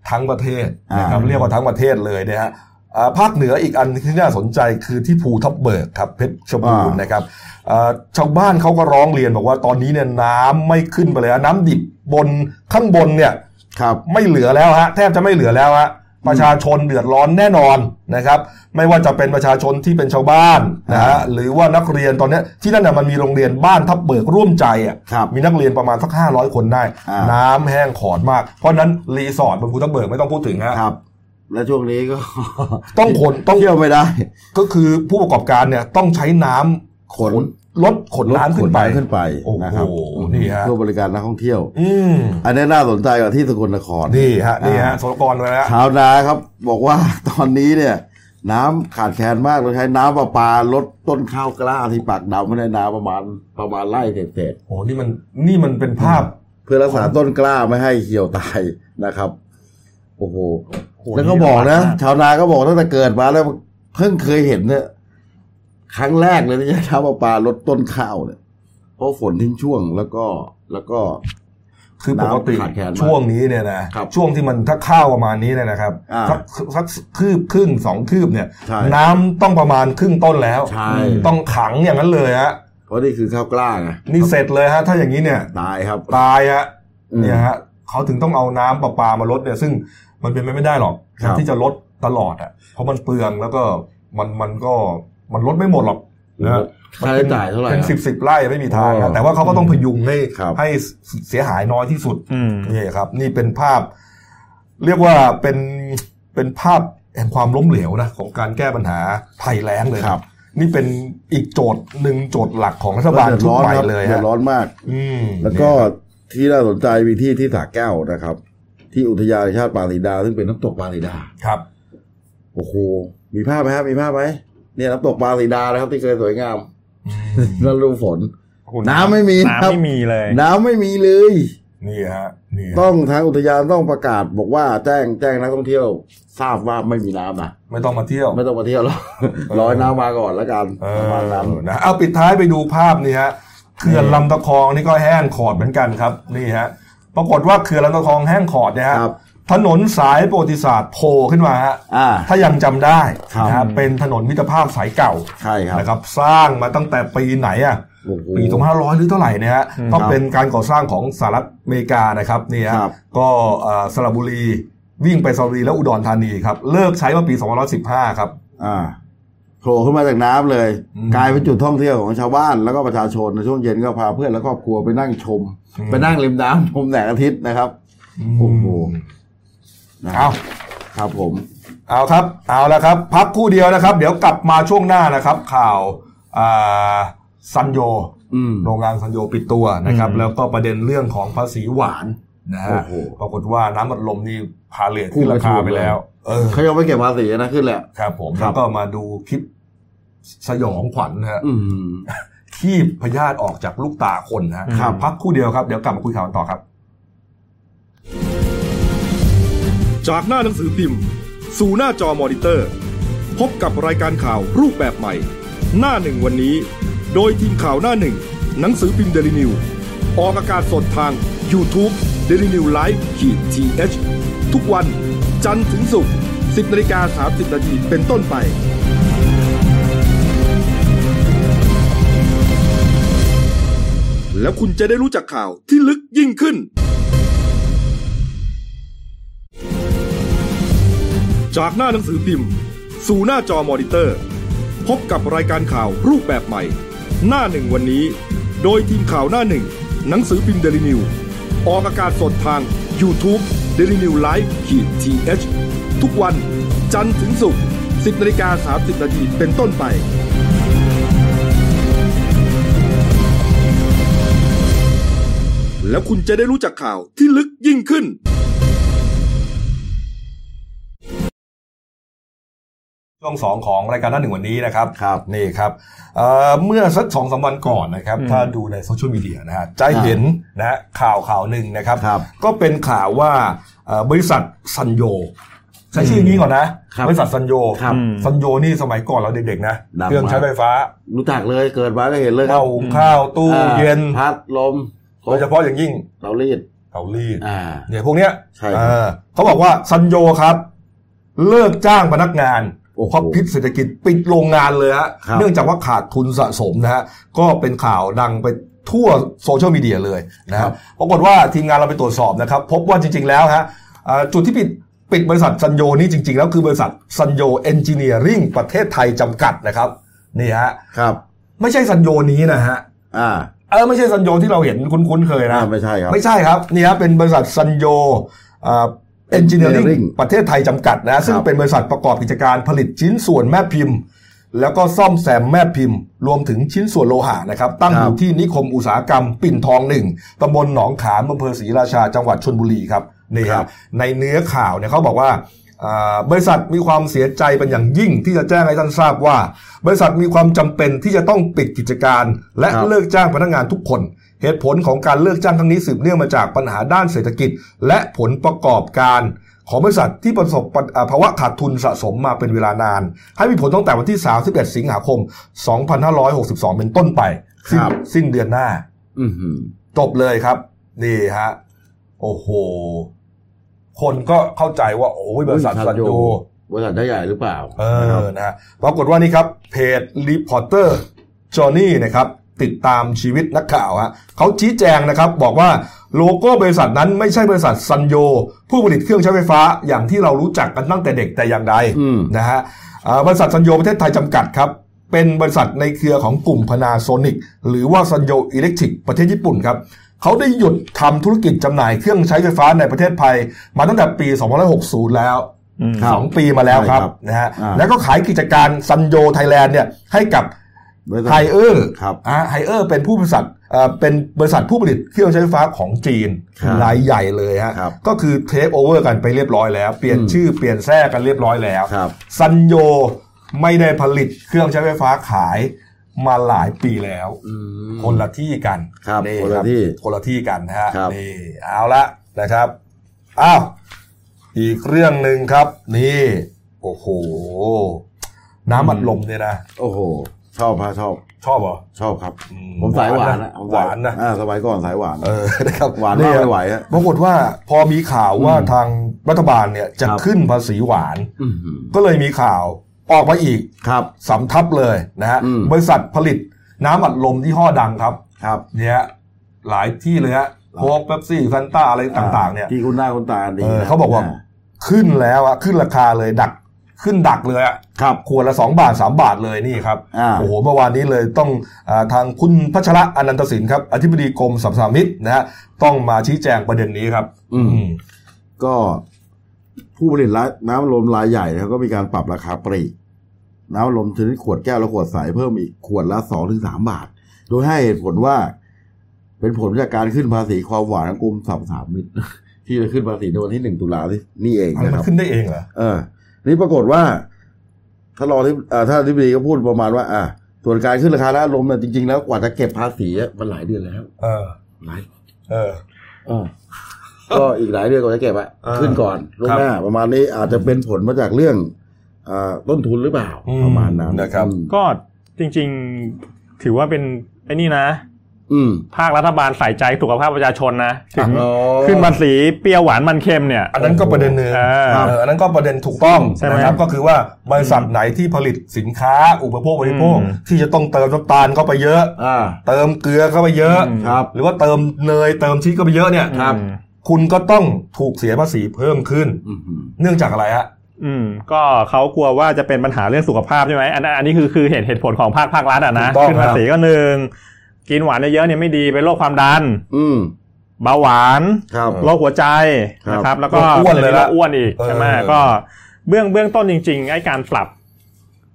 ทั้งประเทศนะครับ อ่า เรียกว่าทั้งประเทศเลยนะฮะอ่าภาคเหนืออีกอันที่น่าสนใจคือที่ภูทับเบิกครับเพชรชบูรณ์นะครับอ่าชาวบ้านเขาก็ร้องเรียนบอกว่าตอนนี้เนี่ยน้ำไม่ขึ้นไปเลยฮะน้ำดิบบนข้างบนเนี่ย ครับ ไม่เหลือแล้วฮะแทบจะไม่เหลือแล้วฮะประชาชนเดือดร้อนแน่นอนนะครับ ไม่ว่าจะเป็นประชาชนที่เป็นชาวบ้านนะฮะ อ่า หรือว่านักเรียนตอนเนี้ยที่นั่นน่ะมันมีโรงเรียนบ้านทับเบิกร่วมใจอ่ะ ครับ มีนักเรียนประมาณสักห้าร้อยคนได้ อ่า น้ำแห้งขอดมาก เพราะฉะนั้นรีสอร์ทบนภูทับเบิกไม่ต้องพูดถึงฮะ ครับ และช่วงนี้ก็ ต้องขนต้อง เที่ยวไม่ได้ ก็คือผู้ประกอบการเนี่ยต้องใช้น้ำ ขน ลดขนน้ำขึ้นไป ขขึ้นไป โอ้โห นะครับ นี่ฮะ เพื่อบริการนักท่องเที่ยว อืม อันนี้น่าสนใจกว่าที่สกลนคร นี่ฮะนี่ฮะสรกรเลยนะฮะ ชาวนาครับ บอกว่า ตอนนี้เนี่ย น้ำขาดแคลนมากเราใช้น้ำประปาลดต้นข้าวกล้าที่ปากดำไม่ได้นาประมาณประมาณไร่เศษ โอ้นี่มันนี่มันเป็นภาพ ๆเพื่อรักษาต้นกล้าไม่ให้เหี่ยวตายนะครับ โอ้โห โห แล้วก็บอกนะ นี่ลำบากมาก ชาวนาก็บอกตั้งแต่เกิดมาแล้วเพิ่งเคยเห็นเนี่ยครั้งแรกเลยที่ใช้น้ำประป าลดต้นข้าวเนี่ยเพราะฝนทิ้งช่วงแล้วก็แล้วก็ คือปกติ น้ำขาดแคลนมาก ช่วงนี้เนี่ยนะครับ ช่วงที่มันถ้าข้าวประมาณนี้เนี่ยนะครับ อ่า สักสักคืบครึ่งสองคืบเนี่ย ใช่ น้ำต้องประมาณครึ่งต้นแล้ว ใช่ ต้องขังอย่างนั้นเลยฮะ เพราะนี่คือข้าวกล้าไง นี่เสร็จเลยฮะถ้าอย่างนี้เนี่ย ตายครับ ตายฮะ อืม เนี่ยฮะเขาถึงต้องเอาน้ำประปามาลดเนี่ยซึ่งมันเป็นไปไม่ได้หรอก ครับ ที่จะลดตลอดอ่ะเพราะมันเปลืองแล้วก็มันมันก็มันลดไม่หมดหรอกนะฮะ ค่าใช้จ่ายเท่าไหร่ เป็น อะ สิบสิบไร่ไม่มีทาง อ๋ อะ อ แต่ว่าเขาก็ต้องพยุงให้ ครับ ให้เสียหายน้อยที่สุด อืม นี่ครับนี่เป็นภาพ เรียกว่าเป็นเป็นภาพแห่งความล้มเหลวนะของการแก้ปัญหาภัยแล้งเลย ครับ นี่เป็นอีกโจทย์หนึ่งโจทย์หลักของรัฐบาล ดือด ชุด ร้อใหนม่ ครับ เลย เดือ ฮะ ดร้อนมาก อืม แล้วก็ที่น่าสนใจมีที่ที่สาแก้วนะครับ ที่อุทยานแห่งชาติปางลีดา ซึ่งเป็นน้ำตกปางลีดา ครับ โอ้โห มีภาพไหมครับมีภาพไหมเนี่ยน้ำตกปางลีดานะครับ ที่เคยสวยงามนั่นรูฝน โอ้โห น้ำไม่มี น้ำ ครับ ไม่มีเลย น้ำไม่มีเลย นี่ฮะนี่ฮะ ต้องทางอุทยานต้องประกาศบอกว่าแจ้งแจ้งนักท่องเที่ยว ทราบว่าไม่มีน้ำนะ ไม่ต้องมาเที่ยว ไม่ต้องมาเที่ยวหรอกรอให้น้ำมาก่อนแล้วกัน เอ ประมาณ อ นั้น นะเอาปิดท้ายไปดูภาพนี่ฮะเขื่อนลำตะคองนี่ก็แห้งขอดเหมือนกันครับนี่ฮะปรากฏว่าเขื่อนลำตะคองแห้งขอดเนี่ยฮะ ครับ ถนนสายประวัติศาสตร์โผล่ขึ้นมาฮะ อ่า ถ้ายังจำได้ ครับ นะฮะเป็นถนนมิตรภาพสายเก่า ใช่ครับ นะครับ สร้างมาตั้งแต่ปีไหนอ่ะ โอ้โห ปี2500 หรือเท่าไหร่เนี่ยฮะ อืม ต้องเป็นการก่อสร้างของสหรัฐอเมริกานะครับนี่ฮะ ครับ ก็เอ่อสระบุรีวิ่งไปสระบุรีแล้วอุดรธานีครับเลิกใช้เมื่อปี2515ครับ อ่าโผล่ขึ้นมาจากน้ำเลย อืม กลายเป็นจุดท่องเที่ยวของชาวบ้านแล้วก็ประชาชนในช่วงเย็นก็พาเพื่อนและครอบครัวไปนั่งชม อืม ไปนั่งริมน้ำชมแสงอาทิตย์นะครับ โอ้โห นะ เอา ครับผม เอาครับ เอาแล้วครับ พักครู่เดียวนะครับ เดี๋ยวกลับมาช่วงหน้านะครับ ข่าวอ่าซันโย อืม โรงงานซันโยปิดตัวนะครับ อืม แล้วก็ประเด็นเรื่องของภาษีหวานนะฮะ โอ้โห ปรากฏว่าน้ำอัดลมนี่พาเลทขึ้นราคาไปแล้ว เออ เขายังไม่เก็บภาษีนะขึ้นแหละ ครับผม ครั แล้ บ วก็มาดูคลิปสยองขวัญนะฮะ อืม ขี้พยาธิออกจากลูกตาคนนะฮะ ครับ พักครู่เดียวครับเดี๋ยวกลับมาคุยข่าวกันต่อครับ จากหน้าหนังสือพิมพ์ สู่หน้าจอมอนิเตอร์ พบกับรายการข่าวรูปแบบใหม่ หน้าหนึ่งวันนี้ โดยทีมข่าวหน้าหนึ่ง หนังสือพิมพ์เดลิวิวออกอากาศสดทาง y o u t u เด d ิวิวไลฟ์ขีดทีเทุกวันจันทร์ถึงศุกร์10นาฬิกา30นาทีเป็นต้นไป แล้วคุณจะได้รู้จักข่าวที่ลึกยิ่งขึ้น จากหน้าหนังสือพิมพ์ สู่หน้าจอมอนิเตอร์ พบกับรายการข่าวรูปแบบใหม่ หน้าหนึ่งวันนี้ โดยทีมข่าวหน้าหนึ่ง หนังสือพิมพ์เดลิวิวออกอากาศสดทาง y o u t u เด d ิวิวไลฟ์ขีดทีเทุกวัน จันทร์ถึงศุกร์10นาฬิกา30นาทีเป็นต้นไป แล้วคุณจะได้รู้จักข่าวที่ลึกยิ่งขึ้น ช่วงสองของรายการหน้าหนึ่งวันนี้นะครับ ครับ นี่ครับเอ่อเมื่อสักสองสามวันก่อนนะครับ อืม ถ้าดูในโซเชียลมีเดียนะฮะจะเห็นนะฮะข่าวข่าวหนึ่งนะครับ ครับ ก็เป็นข่าวว่าเอ่อบริษัทซันโย ใช้ชื่ออย่างนี้ก่อนนะครับ บริษัทซันโย ครับ ซันโยนี่สมัยก่อนเราเด็กๆนะ ดังมาก เครื่องใช้ไฟฟ้า รู้จักเลยเกิดมาก็เห็นเลยครั เตา บ หุงข้าวตู้ อ่า เย็น พัดลม โดยเฉพาะอย่างยิ่ง เตารีด เตารีด อ่า เนี่ยพวกเนี้ย ใช่ครับ เออเขาบอกว่าซันโยครับ เลิกจ้างพนักงาน โอ้โห เพราะพิษเศรษฐกิจปิดโรงงานเลยฮะ ครับ เนื่องจากว่าขาดทุนสะสมนะฮะก็เป็นข่าวดังไปทั่วโซเชียลมีเดียเลยนะ ครั ฮะ บ ปรากฏว่าทีมงานเราไปตรวจสอบนะครับ พบว่าจริง ๆ แล้วฮะเอ่อจุดที่ปิดปิดบริษัทซันโยนี่จริง ๆ แล้วคือบริษัทซันโยเอนจิเนียริ่งประเทศไทยจำกัดนะครับนี่ฮะ ครับ ไม่ใช่ซันโยนี้นะฮะ อ่า เออไม่ใช่ซันโยที่เราเห็นคุ้นๆเคยนะ อ่าไม่ใช่ครับ ไม่ใช่ครับนี่ครับเป็นบริษัทซันโยเอนจิเนียริ่ง Engineering ประเทศไทยจำกัดนะซึ่งเป็นบริษัทประกอบกิจการผลิตชิ้นส่วนแม่พิมพ์ แล้วก็ซ่อมแซมแม่พิมพ์ รวมถึงชิ้นส่วนโลหะนะครับ ตั้ง ครับ อยู่ที่นิคมอุตสาหกรรม ปิ่นทองหนึ่งตำบลหนองขามอำเภอศรีราชาจังหวัดชนบุรีครับนี่ครับในเนื้อข่าวเนี่ยเขาบอกว่าอ่าบริษัทมีความเสียใจเป็นอย่างยิ่งที่จะแจ้งให้ท่านทราบว่า บริษัทมีความจำเป็นที่จะต้องปิดกิจการ และ ครับ เลิกจ้างพนักงานทุกคน เหตุผลของการเลิกจ้างครั้งนี้สืบเนื่องมาจากปัญหาด้านเศรษฐกิจ และผลประกอบการ ของบริษัทที่ประสบปัญอ่าภาวะขาดทุนสะสมมาเป็นเวลานาน ให้มีผลตั้งแต่วันที่ 31 สิงหาคม 2562 เป็นต้นไป สิ้น ครับ สิ้นเดือนหน้า อือหือ จบเลยครับ นี่ฮะ โอ้โห คนก็เข้าใจว่า โอ้ยบริษัทสันโย บริษัทได้ใหญ่หรือเปล่า เอ นะครับ อ นะฮะปรากฏว่านี่ครับ เพจ Reporter Journey นะครับ ติดตามชีวิตนักข่าวฮะเขาชี้แจงนะครับ บอกว่าโลโก้บริษัทนั้นไม่ใช่บริษัทซันโย ผู้ผลิตเครื่องใช้ไฟฟ้าอย่างที่เรารู้จักกันตั้งแต่เด็กแต่อย่างใด อืม นะฮะเอ่อบริษัทซันโยประเทศไทยจำกัดครับ เป็นบริษัทในเครือของกลุ่มพนาโซนิกหรือว่าซันโยอิเล็กทริกประเทศญี่ปุ่นครับ เขาได้หยุดทำธุรกิจจำหน่ายเครื่องใช้ไฟฟ้าในประเทศไทยมาตั้งแต่ปี2560 แล้ว อืม ครับ สองปีมาแล้วครับ ใช่ครับ นะฮะ อ่า แล้วก็ขายกิจการซันโยไทยแลนด์เนี่ยให้กับบ ริษัท ไฮเออร์ ครับ ไฮเออร์เป็นผู้บริษัทเอ่อเป็นบริษัทผู้ผลิตเครื่องใช้ไฟฟ้าของจีน ครับ รายใหญ่เลยฮะ ครับ ก็คือเทคโอเวอร์กันไปเรียบร้อยแล้ว เปลี่ยน อืม ชื่อเปลี่ยนแทร่กันเรียบร้อยแล้ว ครับ ซันโยไม่ได้ผลิตเครื่องใช้ไฟฟ้าขาย มาหลายปีแล้ว อืม คนละที่กัน ครับ คน คน ละ ละที่ ที่คนละที่กันนะฮะ ครับ นี่เอาละนะครับอ้าวอีกเรื่องหนึ่งครับ นี่ โอ้โห น้ำอัดลมเนี่ยนะ โอ้โห ชอบฮะชอบ ชอบเหรอ ชอบครับ อื ผมสายหวานนะผม หวานนะ อ่าสมัยก่อนสายหวาน เอ อนะครับ หวานมาก เย ไม่ไหวอะ ปรากฏว่าพอมีข่าวว่าทางรัฐบาลเนี่ยจะ ครับ ขึ้นภาษีหวาน อื้อหือ ก็เลยมีข่าวออกมาอีก ครับ สำทับเลยนะฮะ อืม บริษัทผลิตน้ำอัดลมที่ห้อดังครับ ครับ เนี่ยหลายที่เลยฮะโค้กเป๊ปซี่ซันต้าอะไรต่าง ๆ เนี่ย ที่คุณหน้าคุณตาดี เออ นะ เขาบอกว่า ขึ้นแล้วอะขึ้นราคาเลยดักขึ้นดักเลยอะ ครับ ขวดละสองบาทสามบาทเลยนี่ครับ อ่า โอ้โหเมื่อวานนี้เลยต้องอาทางคุณพัชระอนันตสินครับอธิบดีกรมสรรพสามิตนะฮะต้องมาชี้แจงประเด็นนี้ครับ อืม อืม ก็ผู้ผลิตร้านน้ำลมรายใหญ่นะครับก็มีการปรับราคาปลีกน้ำลมชนิดขวดแก้วและขวดใสเพิ่มอีกขวดละสองถึงสามบาท โดยให้เหตุผลว่า เป็นผลจากการขึ้นภาษีความหวานของกลุ่มสามสามมิตร ที่จะขึ้นภาษีในวันที่หนึ่งตุลาที่นี่เอง อะไร นะค มัน รับ ขึ้นได้เองเหรอ เออ นี่ปรากฏว่าถ้านรองที่อ่าท่านทิบดีก็พูดประมาณว่า อ่าส่วนการขึ้นราคาน้ำลมเนี่ยจริงๆแล้วกว่าจะเก็บภาษีอะมันหลายเดือนแล้ว เออ หลาย เออ ก็อีกหลายเรื่องกว่าจะเก็บอะ อ่า ขึ้นก่อนล่วงหน้า ประมาณนี้อาจจะเป็นผลมาจากเรื่องเออต้นทุนหรือเปล่า อืม ประมาณนั้น นะครับ อืม ก็จริงๆถือว่าเป็นไอ้นี่นะ อืม ภาครัฐบาลใส่ใจสุขภาพประชาชนนะถึง อ๋อ ขึ้นภาษีเปรี้ยวหวานมันเค็มเนี่ย อันนั้นก็ประเด็นหนึ่ง เออ เอออันนั้นก็ประเด็นถูกต้อง ใช่ไหม นะครับ ก็คือว่าบริษัทไหนที่ผลิตสินค้าอุปโภคบริโภค อืม ที่จะต้องเติมน้ำตาลเข้าไปเยอะ อ่า เติมเกลือเข้าไปเยอะ ครับ หรือว่าเติมเนยเติมชีสเข้าไปเยอะเนี่ย ครับ อืม คุณก็ต้องถูกเสียภาษีเพิ่มขึ้น อืมอืม เนื่องจากอะไรฮะ อืมก็เขากลัวว่าจะเป็นปัญหาเรื่องสุขภาพใช่ไหมอันอันนี้คือคือเหตุเหตุผลของภาคภาครัฐอ่ะนะ ถูกต้อง ขึ้นภาษีก็หนึ่งกินหวานเยอะๆเนี่ยไม่ดีเป็นโรคความดัน อืม เบาหวาน ครับ โรคหัวใจนะค ครั รับ บ แล้วก็ อ้วนเลย โร ละ คอ้วนอีกใช่ไหม เออ ก็เบื้องเบื้องต้นจริงๆไอ้การปรับ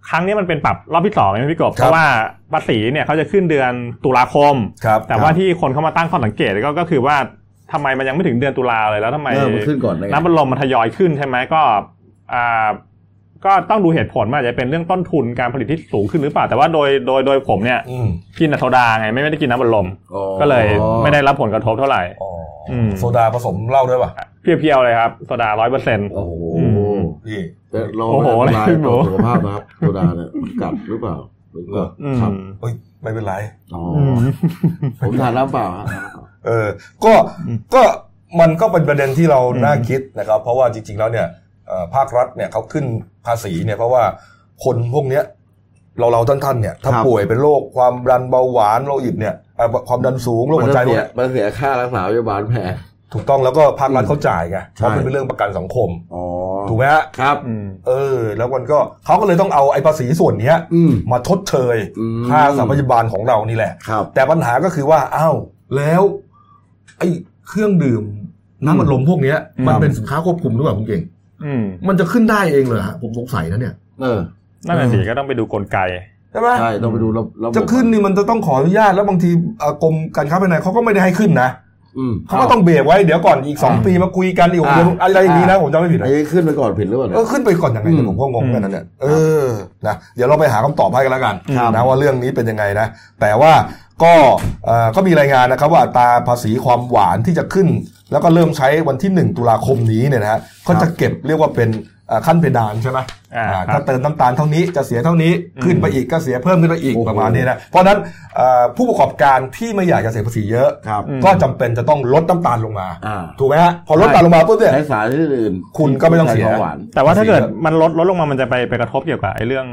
ครั้งนี้มันเป็นปรับรอบที่สองใช่ไหมพี่กบเพราะว่าภาษีเนี่ยเขาจะขึ้นเดือนตุลาคม ครับ แต่ว่าที่คนเข้ามาตั้งข้อสังเกตก็ก็คือว่าทำไมมันยังไม่ถึงเดือนตุลาเลยแล้วทำไม เออมันขึ้นก่อนเลย น้ำบัลลมมันทยอยขึ้นใช่ไหมก็อ่าก็ต้องดูเหตุผลว่าอาจจะเป็นเรื่องต้นทุนการผลิตที่สูงขึ้นหรือเปล่าแต่ว่าโดยโดยโดยผมเนี่ย อืม กินแต่โซดาไงไม่ไม่ได้กินน้ำบัลลม อ๋อ ก็เลยไม่ได้รับผลกระทบเท่าไหร่ อ๋ออ ม โซดาผสมเหล้าด้วยป่ะ เพียวๆเลยครับโซดาร้อยเปอร์เซ็นต์ โอ้โห อืม นี่ แต่เรา โอ้โหอะไร ลาย ขึ้นหนู ต่อสุขภาพนะครับโซดาเนี่ยมันกัดหรือเปล่าหรือกัดครับ เอ้ยไม่เป็นไร อ๋ออผมทานน้ำเปล่าฮะ เออ ก็ อืม ก็มันก็เป็นประเด็นที่เรา อืม น่าคิดนะครับ เพราะว่าจริง ๆ แล้วเนี่ยเอ่อภาครัฐเนี่ยเขาขึ้นภาษีเนี่ยเพราะว่าคนพวกเนี้ยเราเราท่านท่านๆเนี่ยถ้า ครับ ป่วยเป็นโรคความดันเบาหวานโรคอิดเนี่ยเอ่อความดันสูงโรคหัวใจ มัน พวก เสีย เนี่ย มันเสียค่ารักษาพยาบาลแพง ถูกต้องแล้วก็ภาครัฐเขาจ่ายไง ใช่ เพราะมันเป็นเรื่องประกันสังคม อ๋อ ถูกไหมฮะ ครับ เออ แล้วมันก็เขาก็เลยต้องเอาไอ้ภาษีส่วนเนี้ย อืม มาทดเชย อืม ค่าสัมพยาบาลของเรานี่แหละ ครับ แต่ปัญหาก็คือว่าอ้าวแล้วไอ้เครื่องดื่มน้ำมันลมพวกเนี้ย อืม มันเป็นสินค้าควบคุมหรือเปล่าคุณเก่ง อืม มันจะขึ้นได้เองเหรอฮะผมสงสัยนะเนี่ย เออ นั่นแหละสิก็ต้องไปดูกลไก ใช่ไหม ใช่ ต้องไปดูระบบ จะขึ้นนี่มันจะต้องขออนุญาตแล้วบางทีเอ่อกรมการค้าภายในเขาก็ไม่ได้ให้ขึ้นนะ อืม เขาก็ต้องเบรกไว้เดี๋ยวก่อนอีกสอง อ่า ปีมาคุยกันอีกหก อ่า เดือนอะไรอย่างนี้นะ อ่า ผมจำไม่ผิด อั นะ นนี้ขึ้นไปก่อนผิดหรือเปล่าเนี่ย เออขึ้นไปก่อนยังไงเนี่ย อืม ผมก็งงเหมือนกันนะเนี่ยเออนะเดี๋ยวเราไปหาคำตอบให้กันแล้วกัน ครับ นะว่าเรื่องนี้เป็นยังไงนะแต่ว่าก็เอ่อก็มีรายงานนะครับว่าอัตราภาษีความหวานที่จะขึ้น แล้วก็เริ่มใช้วันที่ 1 ตุลาคมนี้เนี่ยนะฮะก็จะเก็บเรียกว่าเป็นเอ่อขั้นเพดานใช่ไหม อ่า อ่า ครั ถ้า บ เติมน้ำตาลเท่านี้จะเสียเท่านี้ อืม ขึ้นไปอีกก็เสียเพิ่มขึ้นไปอีก โอ้โห ประมาณนี้นะเพราะฉะนั้นเอ่อผู้ประกอบการที่ไม่อยากจะเสียภาษีเยอะ ครับ ก็จำเป็นจะต้องลดน้ำตาลลงมา อ่า ถูกไหมฮะพอลดน้ำตาลลงมาปุ๊บเนี่ย ใช้สารที่อื่น คุณก็ไม่ต้องเสีย ใช้ความหวาน แต่ว่าถ้าเกิดมันลดลดลงมามันจะไปไปกระทบเกี่ยวกับไอ้เรื่อง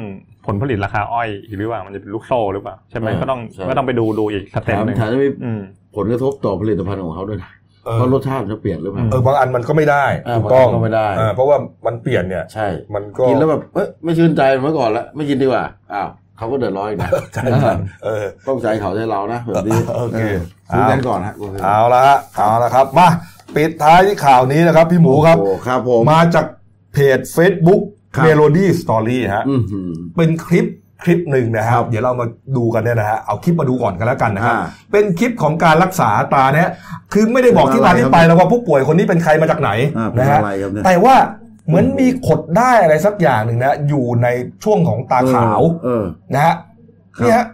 ผลผลิตราคาอ้อยอีกหรือเปล่ามันจะเป็นลูกโซ่หรือเปล่าใช่ไหม เออ ก็ต้อง ใช่ ก็ต้องไปดูดูอีกส แถ เต็ป ม หนึ่ง แถมจะมี อืม ผลกระทบต่อผลิตภัณฑ์ของเขาด้วยนะ เออ เพราะรสชาติจะเปลี่ยนหรือเปล่า เออบางอันมันก็ไม่ได้ อ่า ถูกต้อง บางอันก็ไม่ได้ เออเพราะว่ามันเปลี่ยนเนี่ย ใช่ มันก็ กินแล้วแบบเอ้ยไม่ชื่นใจเมื่อก่อนแล้วไม่กินดีกว่าอ้าวเขาก็เดือดร้อนอีกนะ ใช่ อ่า เออ ต้องใจเขาใจเรานะแบบนี้ โอเค ซื้อกันก่อนฮะคุณ เอาละฮะเอาละครับมาปิดท้ายที่ข่าวนี้นะครับ พี่หมูครับ โอ้ครับผม มาจากเพจ Facebook ครับ Melody Story ฮะ อื้อหือ เป็นคลิปคลิปหนึ่งนะค ค รั รับ บ เดี๋ยวเรามาดูกันเนี่ยนะฮะเอาคลิปมาดูก่อนกันแล้วกันนะครับ อ่า เป็นคลิปของการรักษาตาเนี่ยคือไม่ได้บอกที่มา เป็นอะไร ที่ไปแล้วว่าผู้ป่วยคนนี้เป็นใครมาจากไหน อ่าเป็น นะฮะ อะไรครับเนี่ย แต่ว่าเหมือนมีขดได้อะไรสักอย่างหนึ่งนะอยู่ในช่วงของตาขาว เออ นะฮะ ครับ เนี่ยฮะ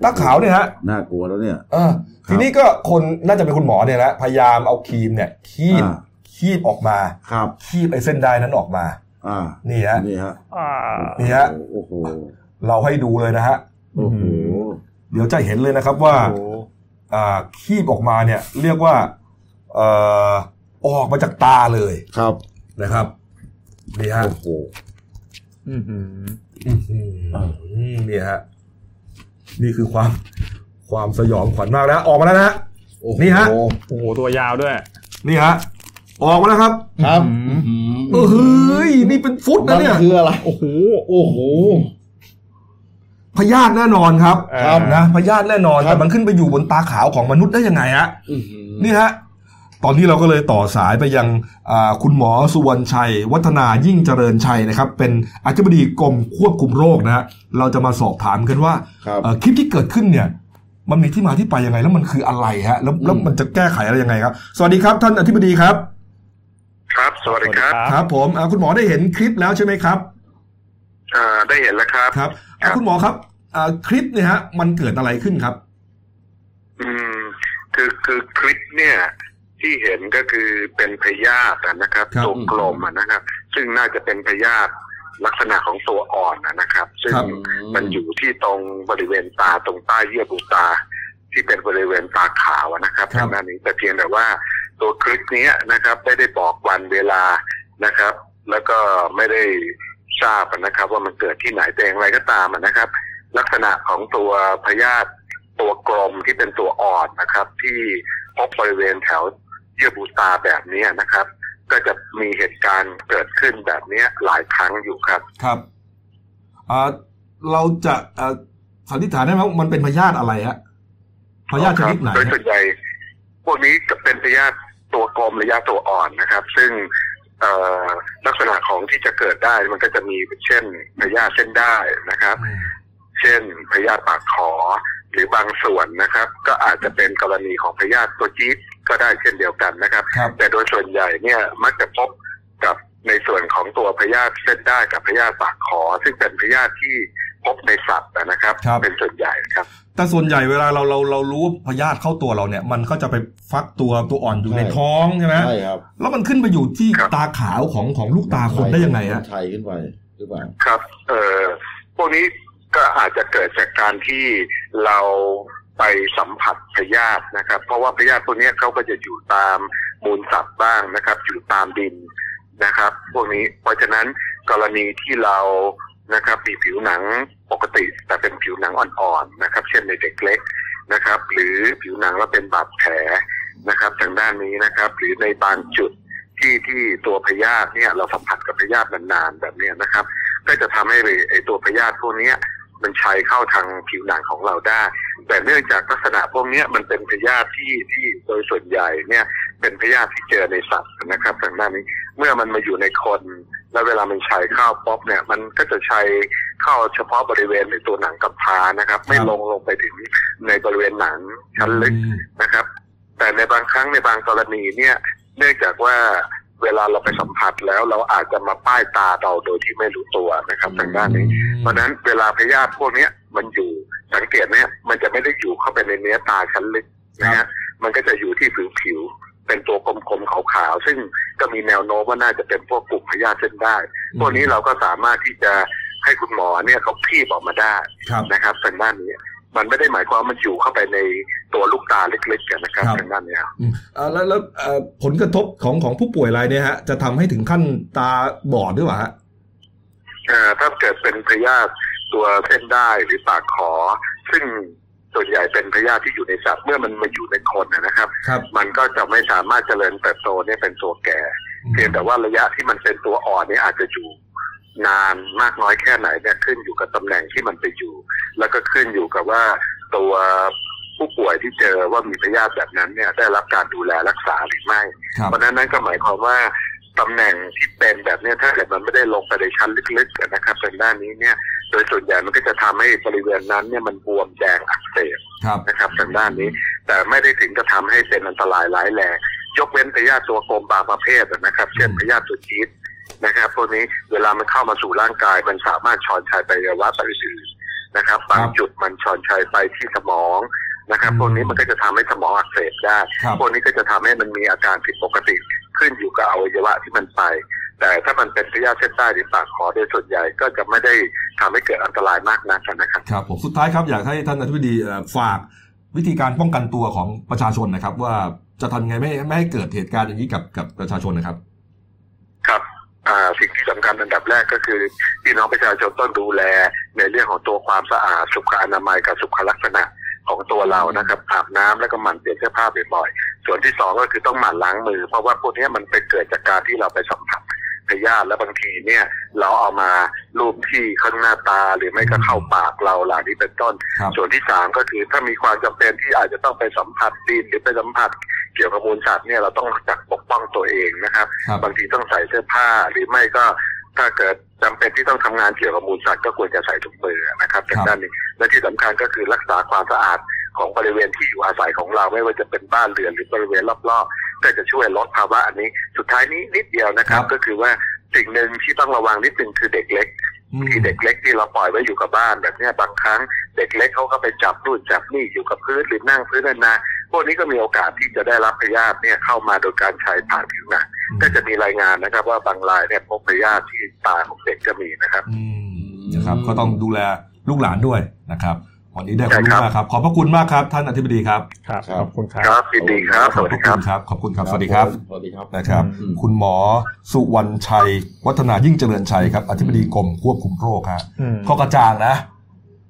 หน้าขาวเนี่ยฮะ น่ากลัวแล้วเนี่ย เออ ครับ ทีนี้ก็คนน่าจะเป็นคุณหมอเนี่ยนะพยายามเอาครีมเนี่ยคีบ อ่า คีบออกมา ครับ คีบไอ้เส้นได้นั้นออกมา อ่า นี่ฮะ นี่ฮะ อ่า นี่ฮะ โอ้โห เราให้ดูเลยนะฮะ โอ้โห เดี๋ยวจะเห็นเลยนะครับว่า โอ้โห อ่าคีบออกมาเนี่ย เรียกว่าเอ่อออกมาจากตาเลย ครับ นะครับนี่ฮะ โอ้โห อื้อหือ นี่ฮะนี่คือความความสยองขวัญมากแล้วออกมาแล้วนะฮะ โอ้โห นี่ฮะ โอ้โหตัวยาวด้วย นี่ฮะออกมาแล้วครับ ครับเออื้อหือเฮ้ยนี่เป็นฟุต มั นะ น เนี่ย คืออะไร โอ้โห โอ้โห พยาธิแน่นอนครับ ครับ นะพยาธิแน่นอน ครับ แต่มันขึ้นไปอยู่บนตาขาวของมนุษย์ได้ยังไงฮะ อื้อหือ นี่ฮะ ตอนนี้เราก็เลยต่อสายไปยังอ่าคุณหมอสุวรรณชัย วัฒนายิ่งเจริญชัยนะครับ เป็นอธิบดีกรมควบคุมโรคนะฮะเราจะมาสอบถามกันว่า ครับ เอ่อคลิปที่เกิดขึ้นเนี่ย มันมีที่มาที่ไปยังไง แล้วมันคืออะไรฮะ แล้วแล้ว อืม มันจะแก้ไขอะไรยังไงครับ สวัสดีครับท่านอธิบดีครับ ครับ สวัสดีครับ สวัสดี ครับ ผมอ่าคุณหมอได้เห็นคลิปแล้วใช่ไหมครับ เอ่อได้เห็นแล้วครับ ครับอ่าคุณหมอครับอ่าคลิปเนี่ยฮะ มันเกิดอะไรขึ้นครับ อืม คือคือคลิปเนี่ย ที่เห็นก็คือเป็นพยาธิอะนะครับ ครับ ตัวกลมอะนะครับ ซึ่งน่าจะเป็นพยาธิลักษณะของตัวอ่อนอะนะครับ ซึ่ง ครับ มันอยู่ที่ตรงบริเวณตาตรงใต้เยื่อบุตา ที่เป็นบริเวณตาขาวอะนะครับ ครับ ทางด้านนี้แต่เพียงแต่ว่าตัวคลิปเนี้ยนะครับไม่ได้บอกวันเวลานะครับ แล้วก็ไม่ได้ทราบอะนะครับ ว่ามันเกิดที่ไหนแต่อย่างไรก็ตามอะนะครับ ลักษณะของตัวพยาธิตัวกลมที่เป็นตัวอ่อนนะครับ ที่พบบริเวณแถวเยื่อบุตาแบบเนี้ยนะครับ ก็จะมีเหตุการณ์เกิดขึ้นแบบเนี้ยหลายครั้งอยู่ครับ ครับอ่าเราจะอ่าสันนิษฐานได้ไหมว่ามันเป็นพยาธิอะไรฮะพยาธิชนิดไหน โดยส่ ฮะ วนใหญ่พวกนี้จะเป็นพยาธิตัวกลมระยะตัวอ่อนนะครับ ซึ่งเอ่อลักษณะของที่จะเกิดได้มันก็จะมีเช่นพยาธิเส้นได้นะครับ เช่นพยาธิปากขอหรือบางส่วนนะครับ ก็อาจจะเป็นกรณีของพยาธิตัวจี๊ดก็ได้เช่นเดียวกันนะครับ ครับ แต่โดยส่วนใหญ่เนี่ยมักจะพบกับในส่วนของตัวพยาธิเส้นได้กับพยาธิปากขอ ซึ่งเป็นพยาธิที่พบในสัตว์นะครับ ครับ เป็นส่วนใหญ่ครับ แต่ส่วนใหญ่เวลาเราเราเรารู้ว่าพยาธิเข้าตัวเราเนี่ย มันก็จะไปฟักตัวตัวอ่อนอยู่ ใช่ ในท้องใช่ไหม ใช่ครับ แล้วมันขึ้นไปอยู่ที่ ครับ ตาขาวของของลูกตาคนได้ยังไงฮะ ไทยขึ้นไปหรือเปล่า ครับ เอ่อ พวกนี้ก็อาจจะเกิดจากการที่เราไปสัมผัสพยาธินะครับ เพราะว่าพยาธิพวกนี้เขาก็จะอยู่ตามมูลสัตว์บ้างนะครับ อยู่ตามดินนะครับ พวกนี้ เพราะฉะนั้นกรณีที่เรานะครับมีผิวหนังปกติ แต่เป็นผิวหนังอ่อนๆนะครับ เช่นในเด็กเล็กนะครับ หรือผิวหนังแล้วเป็นบาดแผลนะครับ ทางด้านนี้นะครับ หรือในบางจุดที่ที่ตัวพยาธิเนี่ยเราสัมผัสกับพยาธินานๆแบบเนี้ยนะครับ ก็จะทำให้ไอตัวพยาธิพวกเนี้ย มันชัยเข้าทางผิวหนังของเราได้ แต่เนื่องจากลักษณะพวกเนี้ยมันเป็นพยาธิที่ที่โดยส่วนใหญ่เนี่ยเป็นพยาธิที่เจอในสัตว์นะครับทางด้านนี้เมื่อมันมาอยู่ในคน แล้วเวลามันชัยเข้าป๊อปเนี่ย มันก็จะชัยเข้าเฉพาะบริเวณในตัวหนังกับพร้านะครับ ไม่ลงลงไปถึงในบริเวณหนังชั้นลึก อืม นะครับ แต่ในบางครั้งในบางกรณีเนี่ย เนื่องจากว่าเวลาเราไปสัมผัสแล้วเราอาจจะมาป้ายตาเราโดยที่ไม่รู้ตัวนะครับทางด้านนี้ เพราะฉะนั้นเวลาพยาธิพวกเนี้ยมันอยู่สังเกตเนี่ยมันจะไม่ได้อยู่เข้าไปในเนื้อตาชั้นลึกนะ ครั ฮะ บ มันก็จะอยู่ที่ผิวผิวๆเป็นตัวกลมๆขาวๆซึ่งก็มีแนวโน้มว่าน่าจะเป็นพวกกลุ่มพยาธิเส้นได้ พวกนี้เราก็สามารถที่จะให้คุณหมอเนี่ยเขาพีบออกมาได้ ครับ นะครับทางด้านนี้มันไม่ได้หมายความว่ามันอยู่เข้าไปในตัวลูกตาเล็กๆกันนะครับ ครับ ทางด้านเนี้ย อืมเอ่อแล้วแล้วเอ่อผลกระทบของของผู้ป่วยรายเนี่ยฮะ จะทำให้ถึงขั้นตาบอดด้วยวะฮะ เอ่อถ้าเกิดเป็นพยาธิตัวเส้นได้หรือปากขอ ซึ่งส่วนใหญ่เป็นพยาธิที่อยู่ในสัตว์เมื่อมันมาอยู่ในคนนะครับ ครับ มันก็จะไม่สามารถเจริญเติบโตเนี่ยเป็นตัวแก่ อืม เพียงแต่ว่าระยะที่มันเป็นตัวอ่อนเนี่ยอาจจะอยู่นานมากน้อยแค่ไหนเนี่ยขึ้นอยู่กับตำแหน่งที่มันไปอยู่ แล้วก็ขึ้นอยู่กับว่าตัวผู้ป่วยที่เจอว่ามีพยาธิแบบนั้นเนี่ยได้รับการดูแลรักษาหรือไม่ ครับ เพราะฉะนั้นนั่นก็หมายความว่าตำแหน่งที่เป็นแบบเนี้ยถ้าเกิดมันไม่ได้ลงไปในชั้นลึกๆนะครับทางด้านนี้เนี่ย โดยส่วนใหญ่มันก็จะทำให้บริเวณนั้นเนี่ยมันบวมแดงอักเสบ ครับ นะครับทางด้านนี้ แต่ไม่ได้ถึงกับทำให้เป็นอันตรายร้ายแรงยกเว้นพยาธิตัวกลมบางประเภทนะครับ เช่นพยาธิตัวจี๊ดนะครับพวกนี้เวลามันเข้ามาสู่ร่างกายมันสามารถชอนชัยไปอวัยวะต่างๆ นะครับบางจุดมันชอนชัยไปที่สมองนะครับ อืม พวกนี้มันก็จะทำให้สมองอักเสบได้ ครับ พวกนี้ก็จะทำให้มันมีอาการผิดปกติขึ้นอยู่กับอวัยวะที่มันไป แต่ถ้ามันเป็นพยาธิเส้นใต้หรือปากคอโดยส่วนใหญ่ก็จะไม่ได้ทำให้เกิดอันตรายมากนักนะครับ ครับผมสุดท้ายครับอยากให้ท่านอธิบดีเอ่อฝากวิธีการป้องกันตัวของประชาชนนะครับ ว่าจะทำยังไงไม่ให้ไม่ให้เกิดเหตุการณ์อย่างนี้กับกับประชาชนนะครับ ครับอ่าสิ่งที่สำคัญอันดับแรกก็คือพี่น้องประชาชนต้องดูแลในเรื่องของตัวความสะอาดสุขอนามัยกับสุขลักษณะของตัวเรานะครับอาบน้ำแล้วก็หมั่นเปลี่ยนเสื้อผ้าบ่อยๆส่วนที่สองก็คือต้องหมั่นล้างมือ เพราะว่าพวกเนี้ยมันไปเกิดจากการที่เราไปสัมผัสพยาธิและบางทีเนี่ย เราเอามาลูบที่ข้างหน้าตาหรือไม่ก็เข้าปากเราเหล่านี้เป็นต้น ครับ ส่วนที่สามก็คือถ้ามีความจำเป็นที่อาจจะต้องไปสัมผัสดินหรือไปสัมผัสเกี่ยวกับมูลสัตว์เนี่ยเราต้องรู้จักปกป้องตัวเองนะครับ ครับ บางทีต้องใส่เสื้อผ้าหรือไม่ก็ถ้าเกิดจำเป็นที่ต้องทำงานเกี่ยวกับมูลสัตว์ก็ควรจะใส่ถุงมือนะครับจากด้านนี้และที่สำคัญก็คือรักษาความสะอาดของบริเวณที่อยู่อาศัยของเราไม่ว่าจะเป็นบ้านเรือนหรือบริเวณรอบๆก็จะช่วยลดภาวะอันนี้ สุดท้ายนี้นิดเดียวนะครับ ครับ ก็คือว่าสิ่งหนึ่งที่ต้องระวังนิดหนึ่งคือเด็กเล็ก อืม ที่เด็กเล็กที่เราปล่อยไว้อยู่กับบ้านแบบเนี้ยบางครั้งเด็กเล็กเขาก็ไปจับนู่นจับนี่อยู่กับพื้นหรือนั่งพื้นนานๆพวกนี้ก็มีโอกาสที่จะได้รับพยาธิเนี่ยเข้ามาโดยการใช้ผ่านผิวหนัง อืม ก็จะมีรายงานนะครับ ว่าบางรายเนี่ยพบพยาธิที่ตาของเด็กก็มีนะครับ อืมนะครับก็ต้องดูแลลูกหลานด้วยนะครับวันนี้ได้ความรู้ ใช่ครับ มากครับ ขอบพระคุณมากครับ ท่านอธิบดีครับ ครับ ครับ ขอบคุณครั ครับ บยินดีครับส ขอบ วัส พ ดี ระ ค คุ รับ ณครับขอบคุณครับสวัสดีครับ สวัสดีครับ นะครับ อืม คุณหมอสุวรรณชัย วัฒนายิ่งเจริญชัยครับอธิบดีกรมควบคุมโรคฮะ อืม ข้อกระจางนะ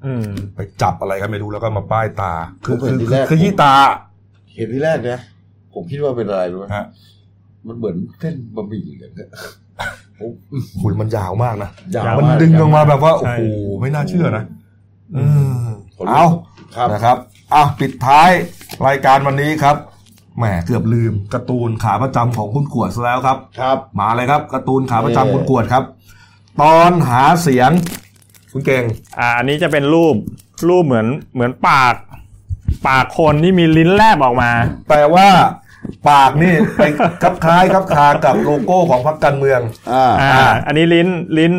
อืม ไปจับอะไรก็ไม่รู้แล้วก็มาป้ายตา คือ ผมเห็ คือนคือทีแรก คือยี่ตา เห็นที่แรกนะผมคิดว่าเป็นอะไรรู้ไหม ฮะ มันเหมือนเส้นบะหมี่เหลืองอะผม หุ่นมันยาวมากนะ ยาว แต่ มาก มันดึง ย อ ว อก ก มาแบบว่า โอ้ ใช่ โห ไม่น่าเชื่อนะเออ ขนลุก เอา ครับ นะครับอ่ะปิดท้ายรายการวันนี้ครับแหมเกือบลืมการ์ตูนขาประจำของคุณขวดซะแล้วครับ ครับ มาเลยครับการ์ตูนขาประจำ เย่ คุณขวดครับ ตอนหาเสียง คุณเก่ง อ่าอันนี้จะเป็นรูปรูปเหมือนเหมือนปาก ปากคนที่มีลิ้นแลบออกมา แต่ว่าปากนี่ ไปคลับคล้ายคลับคลากับโลโก้ของพรรคการเมือง อ่า อ่า อ่า อันนี้ลิ้นลิ้น